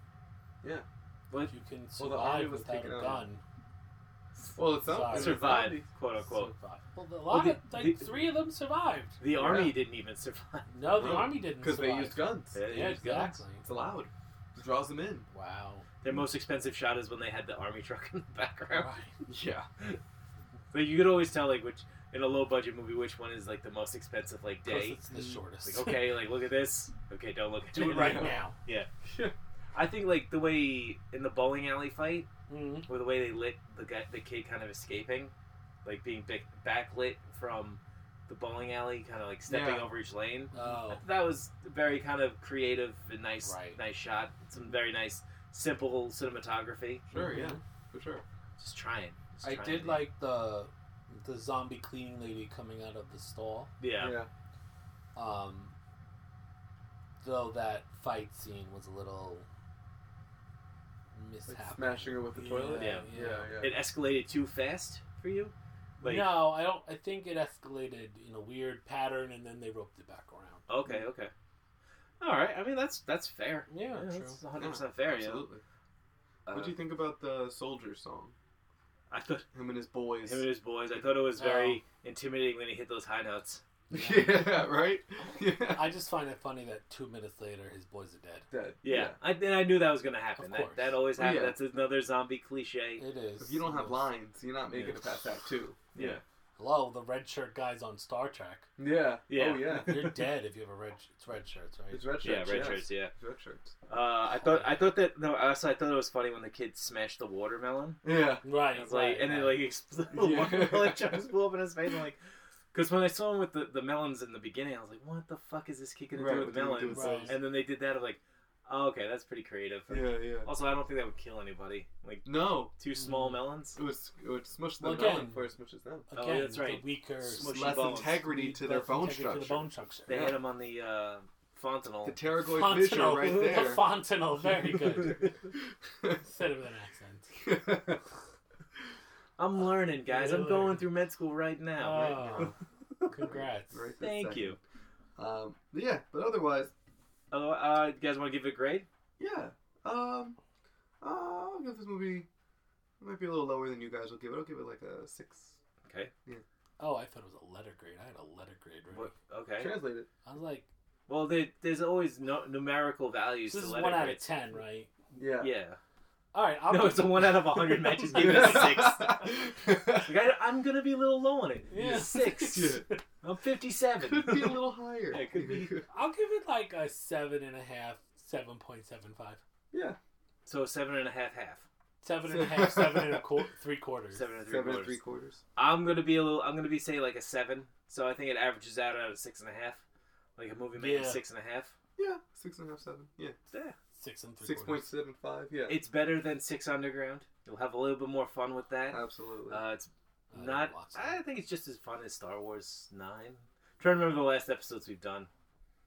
[SPEAKER 2] Yeah.
[SPEAKER 3] What?
[SPEAKER 4] If you can
[SPEAKER 2] Well, the
[SPEAKER 4] survive
[SPEAKER 2] army was
[SPEAKER 4] without a
[SPEAKER 2] taken out.
[SPEAKER 4] gun.
[SPEAKER 2] Well, it's
[SPEAKER 4] Sorry.
[SPEAKER 2] not
[SPEAKER 3] Survived, quote unquote.
[SPEAKER 4] survive. Well, the- a lot
[SPEAKER 3] the-
[SPEAKER 4] of like
[SPEAKER 3] the-
[SPEAKER 4] three of them survived.
[SPEAKER 3] The army didn't even survive.
[SPEAKER 4] No, the
[SPEAKER 2] No,
[SPEAKER 4] army didn't
[SPEAKER 2] because they
[SPEAKER 4] survive.
[SPEAKER 2] used guns.
[SPEAKER 3] They
[SPEAKER 4] yeah,
[SPEAKER 3] used guns.
[SPEAKER 4] exactly.
[SPEAKER 2] It's allowed. It draws them in.
[SPEAKER 4] Wow.
[SPEAKER 3] Their most expensive shot is when they had the army truck in the background.
[SPEAKER 4] Right.
[SPEAKER 2] Yeah.
[SPEAKER 3] Like you could always tell like which in a low budget movie which one is like the most expensive like
[SPEAKER 4] 'Course
[SPEAKER 3] day.
[SPEAKER 4] it's the shortest.
[SPEAKER 3] Like okay, like look at this. Okay, don't look at
[SPEAKER 4] Do it
[SPEAKER 3] it.
[SPEAKER 4] right now.
[SPEAKER 3] I think like the way in the bowling alley fight,
[SPEAKER 4] hmm
[SPEAKER 3] or the way they lit the guy, the kid kind of escaping, like being big, backlit from the bowling alley, kind of like stepping
[SPEAKER 2] Yeah.
[SPEAKER 3] over each lane.
[SPEAKER 4] Oh,
[SPEAKER 3] That was very kind of creative and nice,
[SPEAKER 4] Right.
[SPEAKER 3] nice shot. Some very nice, simple cinematography.
[SPEAKER 2] Sure, yeah. For sure.
[SPEAKER 3] Just trying. Just
[SPEAKER 4] I
[SPEAKER 3] trying
[SPEAKER 4] did
[SPEAKER 3] to-
[SPEAKER 4] like the the zombie cleaning lady coming out of the stall.
[SPEAKER 3] Yeah.
[SPEAKER 4] Um, though that fight scene was a little
[SPEAKER 2] Like
[SPEAKER 4] mishap.
[SPEAKER 2] smashing her with the toilet.
[SPEAKER 3] Yeah.
[SPEAKER 2] Yeah, yeah.
[SPEAKER 3] It escalated too fast for you. Like,
[SPEAKER 4] no, I don't. I think it escalated in a weird pattern, and then they roped it back around.
[SPEAKER 3] Okay, okay. All right. I mean, that's that's fair.
[SPEAKER 4] Yeah, true.
[SPEAKER 3] that's 100 percent fair. Yeah.
[SPEAKER 2] Absolutely.
[SPEAKER 3] Uh,
[SPEAKER 2] what do you think about the soldier song?
[SPEAKER 3] I thought
[SPEAKER 2] Him and his boys.
[SPEAKER 3] him and his boys. I thought it
[SPEAKER 4] Oh.
[SPEAKER 3] was very intimidating when he hit those high notes.
[SPEAKER 2] yeah. right. Yeah.
[SPEAKER 4] I just find it funny that two minutes later his boys are dead.
[SPEAKER 2] Dead.
[SPEAKER 3] Yeah, I then I knew that was gonna happen.
[SPEAKER 4] Of
[SPEAKER 3] That,
[SPEAKER 4] course. Oh,
[SPEAKER 3] that always
[SPEAKER 2] Well,
[SPEAKER 3] happens.
[SPEAKER 2] yeah.
[SPEAKER 3] That's another zombie cliche.
[SPEAKER 4] It is.
[SPEAKER 2] If you don't have lines, you're not making
[SPEAKER 3] Yeah.
[SPEAKER 2] it past that two.
[SPEAKER 3] Yeah.
[SPEAKER 4] Hello, the red shirt guys on Star Trek.
[SPEAKER 2] Yeah.
[SPEAKER 3] Yeah.
[SPEAKER 2] Oh yeah.
[SPEAKER 4] You're dead if you have a red. It's red shirts, right?
[SPEAKER 2] It's red shirts.
[SPEAKER 3] Yeah, red
[SPEAKER 2] yes.
[SPEAKER 3] shirts. Yeah.
[SPEAKER 2] Red shirts.
[SPEAKER 3] Uh, I thought I thought that no. Also, I thought it was funny when the kid smashed the watermelon.
[SPEAKER 2] Yeah.
[SPEAKER 4] Right.
[SPEAKER 3] And it's
[SPEAKER 4] right,
[SPEAKER 3] like, and
[SPEAKER 4] right.
[SPEAKER 3] then like expl- the
[SPEAKER 2] Yeah.
[SPEAKER 3] watermelon jumps blew up in his face. And like, because when I saw him with the, the melons in the beginning, I was like, what the fuck is this kid gonna
[SPEAKER 2] Right,
[SPEAKER 3] do
[SPEAKER 2] what
[SPEAKER 3] with
[SPEAKER 2] do you do
[SPEAKER 3] melons?
[SPEAKER 2] with
[SPEAKER 4] Right.
[SPEAKER 2] those?
[SPEAKER 3] And then they did that. I'm like, oh, okay, that's pretty creative.
[SPEAKER 2] Yeah. Yeah.
[SPEAKER 3] Also, I don't think that would kill anybody. Like
[SPEAKER 2] No.
[SPEAKER 3] two small
[SPEAKER 2] Mm.
[SPEAKER 3] melons.
[SPEAKER 2] It was it would smush them
[SPEAKER 4] Well,
[SPEAKER 2] down
[SPEAKER 4] again-
[SPEAKER 2] before it smushes them.
[SPEAKER 3] Oh,
[SPEAKER 4] Again,
[SPEAKER 3] that's right.
[SPEAKER 4] The weaker,
[SPEAKER 3] Smushy
[SPEAKER 2] Less
[SPEAKER 3] bones.
[SPEAKER 2] integrity
[SPEAKER 4] weak-
[SPEAKER 2] to their
[SPEAKER 4] less
[SPEAKER 2] bone
[SPEAKER 4] integrity
[SPEAKER 2] structure.
[SPEAKER 4] To the bone structure.
[SPEAKER 3] They
[SPEAKER 2] Yeah.
[SPEAKER 3] hit him on the uh, fontanel.
[SPEAKER 2] The pterygoid fissure
[SPEAKER 4] Fontenot.
[SPEAKER 2] right
[SPEAKER 4] The
[SPEAKER 2] there.
[SPEAKER 4] fontanel. Very good. Said it with an accent.
[SPEAKER 3] I'm learning, guys. I'm
[SPEAKER 4] Really?
[SPEAKER 3] going through med school right now.
[SPEAKER 4] Oh, congrats.
[SPEAKER 2] Right this
[SPEAKER 3] Thank
[SPEAKER 2] Ah, second.
[SPEAKER 3] you.
[SPEAKER 2] Um, but yeah, but otherwise,
[SPEAKER 3] Oh, uh, you guys want to give it a grade?
[SPEAKER 2] yeah. Um, uh, I'll give this movie. It might be a little lower than you guys will give it. I'll give it like a six.
[SPEAKER 3] Okay.
[SPEAKER 4] Oh, I thought it was a letter grade. I had a letter grade. Right?
[SPEAKER 3] What, okay.
[SPEAKER 2] Translate it.
[SPEAKER 4] I was like,
[SPEAKER 3] Well, there, there's always no, numerical values
[SPEAKER 4] this is
[SPEAKER 3] to
[SPEAKER 4] one
[SPEAKER 3] letter
[SPEAKER 4] out of
[SPEAKER 3] grades.
[SPEAKER 4] ten, right?
[SPEAKER 2] Yeah.
[SPEAKER 3] Yeah.
[SPEAKER 4] All right. I'll
[SPEAKER 3] No,
[SPEAKER 4] give-
[SPEAKER 3] it's a one out of a hundred matches. Give it a six.
[SPEAKER 2] six.
[SPEAKER 3] Like, I, I'm gonna be a little low on it.
[SPEAKER 4] Yeah.
[SPEAKER 3] Six. I'm 57.
[SPEAKER 2] could be a little higher.
[SPEAKER 3] Yeah, it could be.
[SPEAKER 4] I'll give it like a seven and a half, seven point seven five,
[SPEAKER 2] yeah.
[SPEAKER 3] So seven and a half, half.
[SPEAKER 4] seven and a half, seven and a quarter, three quarters.
[SPEAKER 3] Seven and three
[SPEAKER 2] Seven and
[SPEAKER 3] quarters.
[SPEAKER 2] three quarters.
[SPEAKER 3] I'm gonna be a little. I'm gonna be say like a seven. So I think it averages out at a six and a half. Like a movie making
[SPEAKER 4] Yeah.
[SPEAKER 3] six and a half.
[SPEAKER 2] Yeah. Six and a half, seven. Yeah.
[SPEAKER 3] Yeah.
[SPEAKER 4] Six and three
[SPEAKER 2] Six point
[SPEAKER 4] quarters.
[SPEAKER 2] seven five. Yeah.
[SPEAKER 3] It's better than Six Underground. You'll have a little bit more fun with that.
[SPEAKER 2] Absolutely.
[SPEAKER 3] Uh, it's
[SPEAKER 4] I didn't
[SPEAKER 3] not.
[SPEAKER 4] watch that.
[SPEAKER 3] I think it's just as fun as Star Wars Nine. trying to remember the last episodes we've done.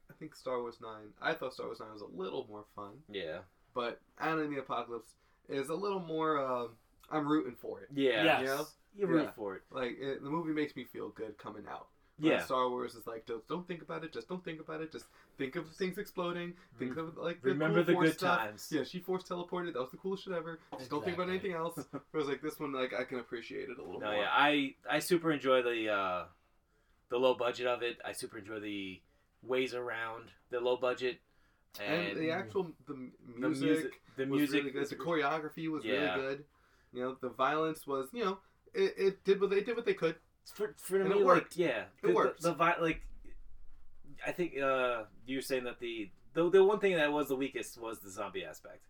[SPEAKER 2] I think Star Wars Nine. I thought Star Wars Nine was a little more fun,
[SPEAKER 3] Yeah.
[SPEAKER 2] but Anna and the Apocalypse is a little more. Um, I'm rooting for it.
[SPEAKER 3] Yeah.
[SPEAKER 4] Yes.
[SPEAKER 2] you know?
[SPEAKER 3] You root
[SPEAKER 2] Yeah.
[SPEAKER 3] for it.
[SPEAKER 2] Like it, the movie makes me feel good coming out. But
[SPEAKER 3] Yeah.
[SPEAKER 2] Star Wars is like don't, don't think about it. Just don't think about it. Just think of things exploding. Think of like the
[SPEAKER 3] Mm. Remember
[SPEAKER 2] cool
[SPEAKER 3] the
[SPEAKER 2] Force
[SPEAKER 3] good
[SPEAKER 2] stuff.
[SPEAKER 3] times.
[SPEAKER 2] Yeah, she force teleported. That was the coolest shit ever. Just don't think about anything
[SPEAKER 4] Exactly.
[SPEAKER 2] else. Whereas like this one, like I can appreciate it a little
[SPEAKER 3] No,
[SPEAKER 2] more.
[SPEAKER 3] yeah. I I super enjoy the uh, the low budget of it. I super enjoy the ways around the low budget and,
[SPEAKER 2] and the actual the m-
[SPEAKER 3] the
[SPEAKER 2] music,
[SPEAKER 3] The
[SPEAKER 2] was
[SPEAKER 3] music.
[SPEAKER 2] really good. The choreography was
[SPEAKER 3] Yeah.
[SPEAKER 2] really good. You know, the violence was you know it, it did what they did what they could.
[SPEAKER 3] for, for
[SPEAKER 2] And
[SPEAKER 3] me,
[SPEAKER 2] it worked.
[SPEAKER 3] Like, yeah,
[SPEAKER 2] It
[SPEAKER 3] the,
[SPEAKER 2] worked.
[SPEAKER 3] The, the vi- like, I think uh, you were saying that the, the the one thing that was the weakest was the zombie aspect.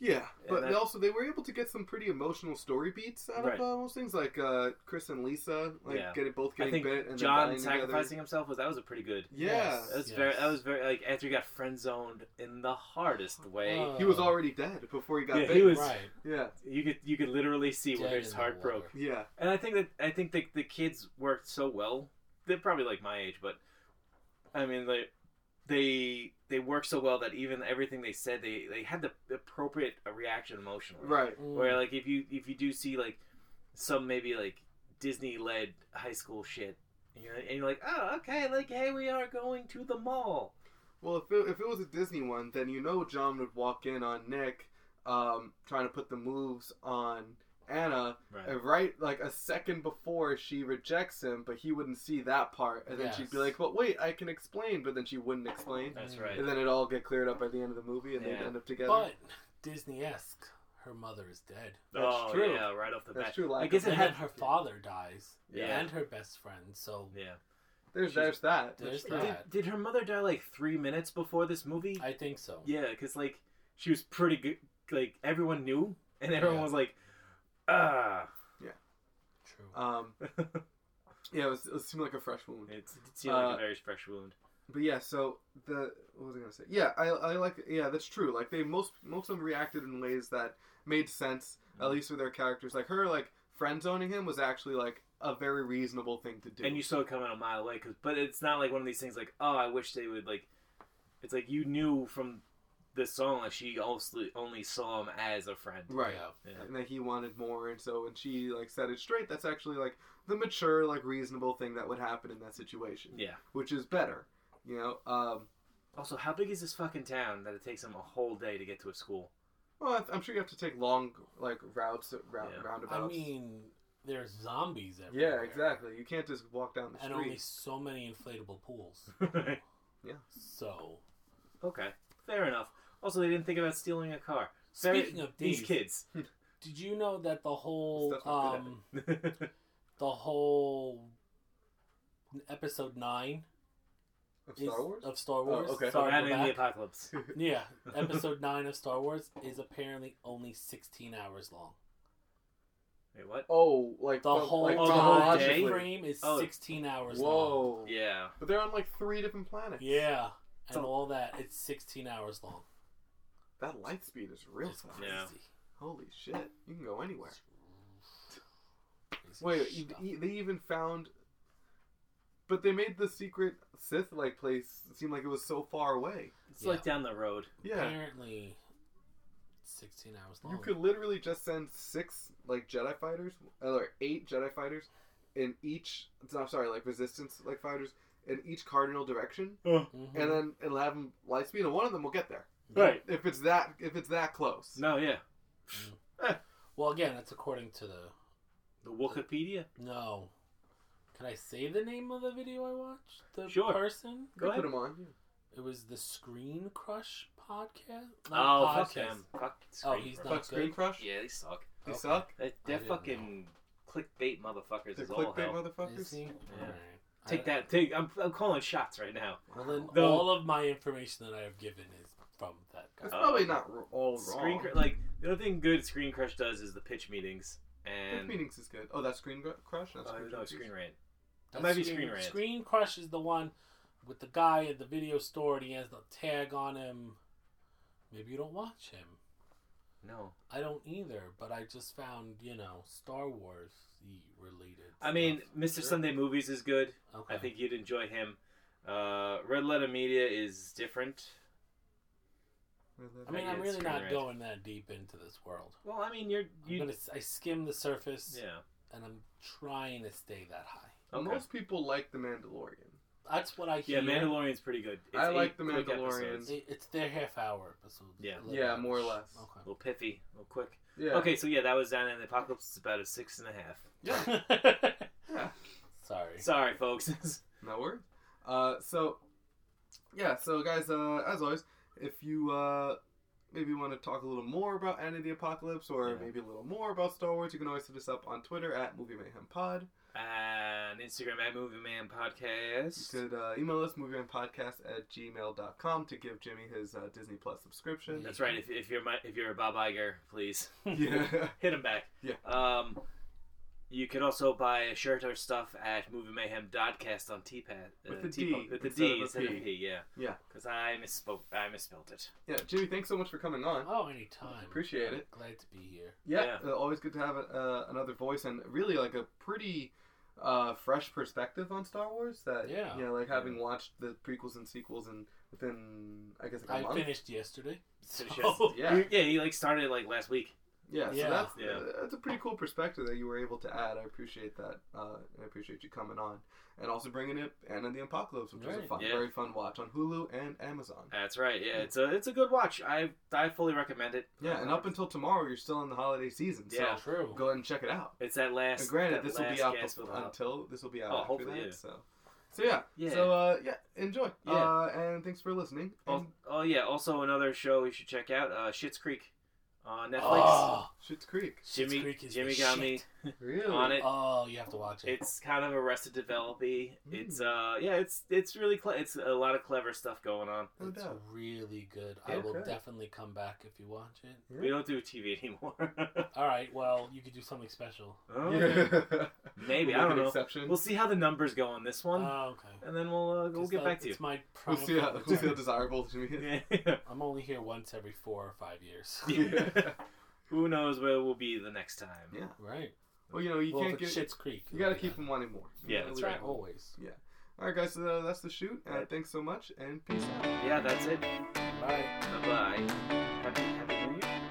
[SPEAKER 2] Yeah, but
[SPEAKER 3] that-
[SPEAKER 2] also they were able to get some pretty emotional story beats out
[SPEAKER 3] Right.
[SPEAKER 2] of uh, most things, like uh, Chris and Lisa, like
[SPEAKER 3] Yeah.
[SPEAKER 2] getting both
[SPEAKER 3] I
[SPEAKER 2] getting
[SPEAKER 3] think
[SPEAKER 2] bit and then
[SPEAKER 3] John
[SPEAKER 2] dying together.
[SPEAKER 3] sacrificing himself was that was a pretty good.
[SPEAKER 2] Yeah,
[SPEAKER 4] Yes.
[SPEAKER 3] That was very. That was very like after he got friend zoned in the hardest way.
[SPEAKER 4] Oh.
[SPEAKER 2] he was already dead before he got
[SPEAKER 3] Yeah,
[SPEAKER 2] bit.
[SPEAKER 3] he was-
[SPEAKER 4] right.
[SPEAKER 2] Yeah,
[SPEAKER 3] you could you could literally see
[SPEAKER 4] Dead
[SPEAKER 3] where his
[SPEAKER 4] in the
[SPEAKER 3] heart
[SPEAKER 4] water.
[SPEAKER 3] broke.
[SPEAKER 2] yeah,
[SPEAKER 3] And I think that I think the the kids worked so well. They're probably like my age, but I mean they they they worked so well that even everything they said they they had the appropriate uh, reaction emotionally.
[SPEAKER 2] right.
[SPEAKER 4] Mm.
[SPEAKER 3] Where like if you if you do see like some maybe like Disney led high school shit, and you're, and you're like, oh okay, like hey we are going to the mall.
[SPEAKER 2] Well, if it, if it was a Disney one, then you know John would walk in on Nick, um, trying to put the moves on Anna, and right like a second before she rejects him, but he wouldn't see that part, and then she'd be
[SPEAKER 4] Yes.
[SPEAKER 2] like, "But wait, I can explain," but then she wouldn't explain.
[SPEAKER 3] That's right.
[SPEAKER 2] And then it all get cleared up by the end of the movie, and
[SPEAKER 3] Yeah.
[SPEAKER 2] they end up together.
[SPEAKER 4] But Disney esque, her mother is dead.
[SPEAKER 2] That's
[SPEAKER 3] oh,
[SPEAKER 2] true.
[SPEAKER 3] Yeah, right off the
[SPEAKER 2] That's
[SPEAKER 3] bat.
[SPEAKER 2] true. Like,
[SPEAKER 3] I guess it
[SPEAKER 4] and
[SPEAKER 3] had
[SPEAKER 4] then her father dies,
[SPEAKER 3] Yeah.
[SPEAKER 4] and her best friend. So
[SPEAKER 3] Yeah.
[SPEAKER 2] there's there's that.
[SPEAKER 4] there's
[SPEAKER 3] Did,
[SPEAKER 4] that.
[SPEAKER 3] did her mother die like three minutes before this movie?
[SPEAKER 4] I think so.
[SPEAKER 3] Yeah, because like she was pretty good. Like everyone knew, and everyone
[SPEAKER 4] Yeah.
[SPEAKER 3] was like, "Ah,
[SPEAKER 4] True.
[SPEAKER 3] Uh,
[SPEAKER 2] Um, yeah, it, was, it seemed like a fresh wound.
[SPEAKER 3] it's, it seemed like
[SPEAKER 2] Uh,
[SPEAKER 3] a very fresh wound."
[SPEAKER 2] But yeah, so the what was I gonna say? Yeah, I, I like yeah, that's true. Like they most most of them reacted in ways that made sense, at least with their characters. Like her like friend zoning him was actually like a very reasonable thing to do.
[SPEAKER 3] And you saw it coming a mile away, 'cause- but it's not like one of these things like, "Oh, I wish they would like." It's like you knew from this song, like she also only saw him as a friend.
[SPEAKER 2] Right.
[SPEAKER 4] Yeah.
[SPEAKER 3] Yeah.
[SPEAKER 2] and that he wanted more and so when she like set it straight that's actually like the mature like reasonable thing that would happen in that situation
[SPEAKER 3] Yeah.
[SPEAKER 2] which is better you know um
[SPEAKER 3] Also, how big is this fucking town that it takes him a whole day to get to a school?
[SPEAKER 2] well I- i'm sure you have to take long like routes round,
[SPEAKER 3] Yeah.
[SPEAKER 2] roundabouts
[SPEAKER 4] I mean, there's zombies everywhere.
[SPEAKER 2] yeah exactly you can't just walk down the
[SPEAKER 4] And only
[SPEAKER 2] street
[SPEAKER 4] so many inflatable pools. So
[SPEAKER 3] okay, fair enough. Also, they didn't think about stealing a car. Fair-
[SPEAKER 4] speaking of
[SPEAKER 3] these
[SPEAKER 4] these,
[SPEAKER 3] kids,
[SPEAKER 4] did you know that the whole
[SPEAKER 2] Stuff like that.
[SPEAKER 4] um the whole episode nine
[SPEAKER 2] of
[SPEAKER 4] is
[SPEAKER 2] star wars Oh,
[SPEAKER 4] of Star Wars?
[SPEAKER 2] okay.
[SPEAKER 4] Sorry,
[SPEAKER 3] Batman
[SPEAKER 4] we're
[SPEAKER 3] and the
[SPEAKER 4] back.
[SPEAKER 3] apocalypse.
[SPEAKER 4] yeah, episode nine of Star Wars is apparently only sixteen hours long.
[SPEAKER 3] Wait, what?
[SPEAKER 2] oh like
[SPEAKER 4] The
[SPEAKER 2] from-
[SPEAKER 4] whole
[SPEAKER 2] like,
[SPEAKER 3] Oh, the whole
[SPEAKER 4] time
[SPEAKER 3] day?
[SPEAKER 2] chronologically.
[SPEAKER 4] frame is
[SPEAKER 3] Oh.
[SPEAKER 4] sixteen hours long.
[SPEAKER 2] whoa
[SPEAKER 3] Yeah,
[SPEAKER 2] but they're on like three different planets
[SPEAKER 4] Yeah, and
[SPEAKER 2] So-
[SPEAKER 4] all that it's sixteen hours long.
[SPEAKER 2] that light speed is real
[SPEAKER 4] It's
[SPEAKER 2] fast
[SPEAKER 4] crazy.
[SPEAKER 3] Yeah.
[SPEAKER 2] holy shit you can go anywhere
[SPEAKER 4] Crazy
[SPEAKER 2] Wait, e-
[SPEAKER 4] stuff.
[SPEAKER 2] e- they even found. But they made the secret Sith like place seem like it was so far away.
[SPEAKER 3] it's like down the road.
[SPEAKER 2] Yeah,
[SPEAKER 4] apparently sixteen hours long.
[SPEAKER 2] you could literally just send six like Jedi fighters uh, or eight Jedi fighters in each. I'm sorry, like Resistance like fighters in each cardinal direction,
[SPEAKER 4] Mhm.
[SPEAKER 2] and then it'll have them light speed, and one of them will get there.
[SPEAKER 3] Right.
[SPEAKER 2] If it's that, if it's that close.
[SPEAKER 3] No, yeah.
[SPEAKER 4] Well, again, that's according to the
[SPEAKER 3] The Wikipedia.
[SPEAKER 4] no. Can I say the name of the video I watched? The
[SPEAKER 3] Sure.
[SPEAKER 4] person.
[SPEAKER 2] You
[SPEAKER 3] Go ahead.
[SPEAKER 2] Put them on. yeah.
[SPEAKER 4] It was the Screen Crush podcast.
[SPEAKER 3] Oh,
[SPEAKER 4] Not
[SPEAKER 3] fuck
[SPEAKER 4] podcast.
[SPEAKER 3] them. Fuck
[SPEAKER 4] Oh,
[SPEAKER 3] Screen
[SPEAKER 4] he's
[SPEAKER 3] Bros.
[SPEAKER 4] not-
[SPEAKER 2] Fuck Screen
[SPEAKER 4] good.
[SPEAKER 2] Crush.
[SPEAKER 3] Yeah, they suck.
[SPEAKER 2] They
[SPEAKER 4] Okay.
[SPEAKER 2] suck.
[SPEAKER 3] They- They're
[SPEAKER 4] didn't know.
[SPEAKER 3] fucking clickbait motherfuckers.
[SPEAKER 2] The
[SPEAKER 3] is all
[SPEAKER 2] clickbait
[SPEAKER 3] hell.
[SPEAKER 4] Is
[SPEAKER 2] motherfuckers.
[SPEAKER 4] he? All right.
[SPEAKER 3] Take
[SPEAKER 4] I-
[SPEAKER 3] that. Take. I'm, I'm calling shots right now.
[SPEAKER 4] Well, then
[SPEAKER 3] The-
[SPEAKER 4] all of my information that I have given is from that guy.
[SPEAKER 2] That's
[SPEAKER 3] Uh,
[SPEAKER 2] probably not r- all wrong.
[SPEAKER 3] Screen Crush, like the other thing good Screen Crush does is the pitch meetings
[SPEAKER 2] Think
[SPEAKER 3] and
[SPEAKER 2] Phoenix is good. Oh, that's Screen Gr- Crush. That's
[SPEAKER 3] uh,
[SPEAKER 2] Screen
[SPEAKER 3] no
[SPEAKER 2] Crush.
[SPEAKER 3] Screen Rant.
[SPEAKER 4] That's
[SPEAKER 3] might be Screen Rant.
[SPEAKER 4] Screen Crush is the one with the guy at the video store and he has the tag on him. Maybe you don't watch him.
[SPEAKER 3] No,
[SPEAKER 4] I don't either, but I just found, you know, Star Wars related.
[SPEAKER 3] I mean
[SPEAKER 4] stuff.
[SPEAKER 3] Mr.
[SPEAKER 4] Sure.
[SPEAKER 3] Sunday Movies is good.
[SPEAKER 4] Okay.
[SPEAKER 3] I think you'd enjoy him. Uh, Red Letter Media is different.
[SPEAKER 4] I mean,
[SPEAKER 3] Yeah,
[SPEAKER 4] I'm
[SPEAKER 3] it's
[SPEAKER 4] really
[SPEAKER 3] Screen
[SPEAKER 4] not
[SPEAKER 3] Rant.
[SPEAKER 4] going that deep into this world.
[SPEAKER 3] Well, I mean you're
[SPEAKER 4] I'm
[SPEAKER 3] you.
[SPEAKER 4] gonna, s- I skim the surface,
[SPEAKER 3] Yeah.
[SPEAKER 4] and I'm trying to stay that high.
[SPEAKER 3] Okay.
[SPEAKER 2] Uh, Most people like The Mandalorian.
[SPEAKER 4] That's what I
[SPEAKER 3] yeah,
[SPEAKER 4] hear.
[SPEAKER 3] Mandalorian's pretty good. It's
[SPEAKER 2] I like
[SPEAKER 3] eight
[SPEAKER 2] The
[SPEAKER 3] quick
[SPEAKER 2] Mandalorian.
[SPEAKER 3] episodes.
[SPEAKER 4] It- It's their half hour episode.
[SPEAKER 3] Yeah.
[SPEAKER 2] Yeah, more or less.
[SPEAKER 3] A little pithy, a little quick.
[SPEAKER 2] Yeah.
[SPEAKER 3] Okay, so yeah, that was down in the apocalypse. It's about a six and a half.
[SPEAKER 2] Yeah.
[SPEAKER 4] Okay.
[SPEAKER 2] yeah.
[SPEAKER 4] Sorry.
[SPEAKER 3] Sorry, folks.
[SPEAKER 2] No worries. Uh, so, yeah. So, guys, uh, as always, if you uh, maybe want to talk a little more about End of the Apocalypse, or
[SPEAKER 3] Yeah.
[SPEAKER 2] maybe a little more about Star Wars, you can always hit us up on Twitter at Movie Mayhem Pod.
[SPEAKER 3] and Instagram at Movie Man
[SPEAKER 2] You
[SPEAKER 3] Podcast.
[SPEAKER 2] could uh, email us Movie Podcast at gmail.com to give Jimmy his uh, Disney Plus subscription.
[SPEAKER 3] That's right. If, if you're my, if you're a Bob Iger, please
[SPEAKER 2] yeah.
[SPEAKER 3] hit him back.
[SPEAKER 2] Yeah.
[SPEAKER 3] Um, you could also buy a shirt or stuff at Movie Mayhem Dodcast on T-Pad.
[SPEAKER 2] With the
[SPEAKER 3] T-Pod-
[SPEAKER 2] D
[SPEAKER 3] With the
[SPEAKER 2] instead
[SPEAKER 3] D
[SPEAKER 2] of a
[SPEAKER 3] instead of a
[SPEAKER 2] P.
[SPEAKER 3] P. Yeah.
[SPEAKER 2] Yeah.
[SPEAKER 3] Because I misspoke. I misspelled it.
[SPEAKER 2] Yeah. Jimmy, thanks so much for coming on.
[SPEAKER 4] Oh, anytime.
[SPEAKER 2] Appreciate it.
[SPEAKER 4] Glad to be here.
[SPEAKER 2] Yeah, uh, always good to have a, uh, another voice and really like a pretty uh, fresh perspective on Star Wars. That
[SPEAKER 4] Yeah.
[SPEAKER 2] you know, like having watched the prequels and sequels and within I guess like a
[SPEAKER 4] I
[SPEAKER 2] month.
[SPEAKER 4] finished yesterday.
[SPEAKER 3] So
[SPEAKER 4] So-
[SPEAKER 3] just-
[SPEAKER 2] Yeah.
[SPEAKER 3] Yeah. He like started like last week.
[SPEAKER 2] Yeah, so
[SPEAKER 4] Yeah.
[SPEAKER 2] that's
[SPEAKER 3] Yeah.
[SPEAKER 2] uh, that's a pretty cool perspective that you were able to add. I appreciate that. Uh, and I appreciate you coming on and also bringing up Anna and the Apocalypse, which was a
[SPEAKER 4] Right.
[SPEAKER 2] fun,
[SPEAKER 3] Yeah.
[SPEAKER 2] very fun watch on Hulu and Amazon.
[SPEAKER 3] That's right. Yeah. It's a it's a good watch. I I fully recommend it. Um,
[SPEAKER 2] Yeah, and up until tomorrow, you're still in the holiday season. So
[SPEAKER 3] Yeah.
[SPEAKER 4] True.
[SPEAKER 2] go ahead and check it out.
[SPEAKER 3] It's that last.
[SPEAKER 2] And granted,
[SPEAKER 3] that
[SPEAKER 2] this will be
[SPEAKER 3] last
[SPEAKER 2] out
[SPEAKER 3] gasp
[SPEAKER 2] before,
[SPEAKER 3] of hope.
[SPEAKER 2] until this will be out
[SPEAKER 3] Oh,
[SPEAKER 2] after
[SPEAKER 3] hopefully,
[SPEAKER 2] that.
[SPEAKER 3] yeah.
[SPEAKER 2] So, so yeah.
[SPEAKER 3] Yeah.
[SPEAKER 2] So uh, yeah, enjoy.
[SPEAKER 3] Yeah.
[SPEAKER 2] Uh, and thanks for listening.
[SPEAKER 3] Oh,
[SPEAKER 2] And
[SPEAKER 3] oh yeah. Also, another show you should check out, uh, Shit's Creek, on Netflix.
[SPEAKER 4] Oh,
[SPEAKER 2] Shit's Creek.
[SPEAKER 3] Jimmy
[SPEAKER 4] Schitt's Creek is
[SPEAKER 3] Jimmy
[SPEAKER 4] the
[SPEAKER 3] got me
[SPEAKER 4] shit.
[SPEAKER 2] Really?
[SPEAKER 3] on it.
[SPEAKER 4] Oh, you have to watch it.
[SPEAKER 3] It's kind of arrested developy.
[SPEAKER 2] Mm.
[SPEAKER 3] It's uh yeah, it's it's really cle it's a lot of clever stuff going on.
[SPEAKER 2] No
[SPEAKER 4] It's
[SPEAKER 2] doubt.
[SPEAKER 4] really good. I
[SPEAKER 2] Yeah,
[SPEAKER 4] will
[SPEAKER 2] okay.
[SPEAKER 4] definitely come back if you watch it.
[SPEAKER 3] We don't do TV anymore.
[SPEAKER 4] All right. Well, you could do something special.
[SPEAKER 3] Oh, yeah.
[SPEAKER 2] Yeah.
[SPEAKER 3] Maybe,
[SPEAKER 2] We'll
[SPEAKER 3] I
[SPEAKER 2] make
[SPEAKER 3] don't
[SPEAKER 2] an
[SPEAKER 3] know.
[SPEAKER 2] Exception.
[SPEAKER 3] We'll see how the numbers go on this one,
[SPEAKER 4] Oh, okay.
[SPEAKER 3] and then we'll uh, we'll
[SPEAKER 4] Just,
[SPEAKER 3] get
[SPEAKER 4] uh,
[SPEAKER 3] back to you.
[SPEAKER 4] It's my
[SPEAKER 2] Um, We'll
[SPEAKER 4] promo.
[SPEAKER 2] see how
[SPEAKER 4] for
[SPEAKER 2] we'll
[SPEAKER 4] the
[SPEAKER 2] see how
[SPEAKER 4] time.
[SPEAKER 2] desirable Jimmy is.
[SPEAKER 3] Yeah.
[SPEAKER 4] I'm only here once every four or five years.
[SPEAKER 2] Yeah.
[SPEAKER 3] Who knows where we'll be the next time?
[SPEAKER 2] Yeah.
[SPEAKER 4] right.
[SPEAKER 2] Well, you know, you
[SPEAKER 4] well,
[SPEAKER 2] can't
[SPEAKER 4] if it's
[SPEAKER 2] get.
[SPEAKER 4] Shit's Creek.
[SPEAKER 2] You gotta
[SPEAKER 4] then-
[SPEAKER 2] keep him wanting more.
[SPEAKER 3] Yeah,
[SPEAKER 2] You
[SPEAKER 4] That's
[SPEAKER 2] gotta
[SPEAKER 4] right.
[SPEAKER 2] leave him-
[SPEAKER 4] Always.
[SPEAKER 2] All right, guys. So uh, that's the shoot. Uh,
[SPEAKER 3] Right.
[SPEAKER 2] Thanks so much, and peace out.
[SPEAKER 3] Yeah, that's it.
[SPEAKER 4] Bye.
[SPEAKER 3] Bye bye. Happy, happy New Year.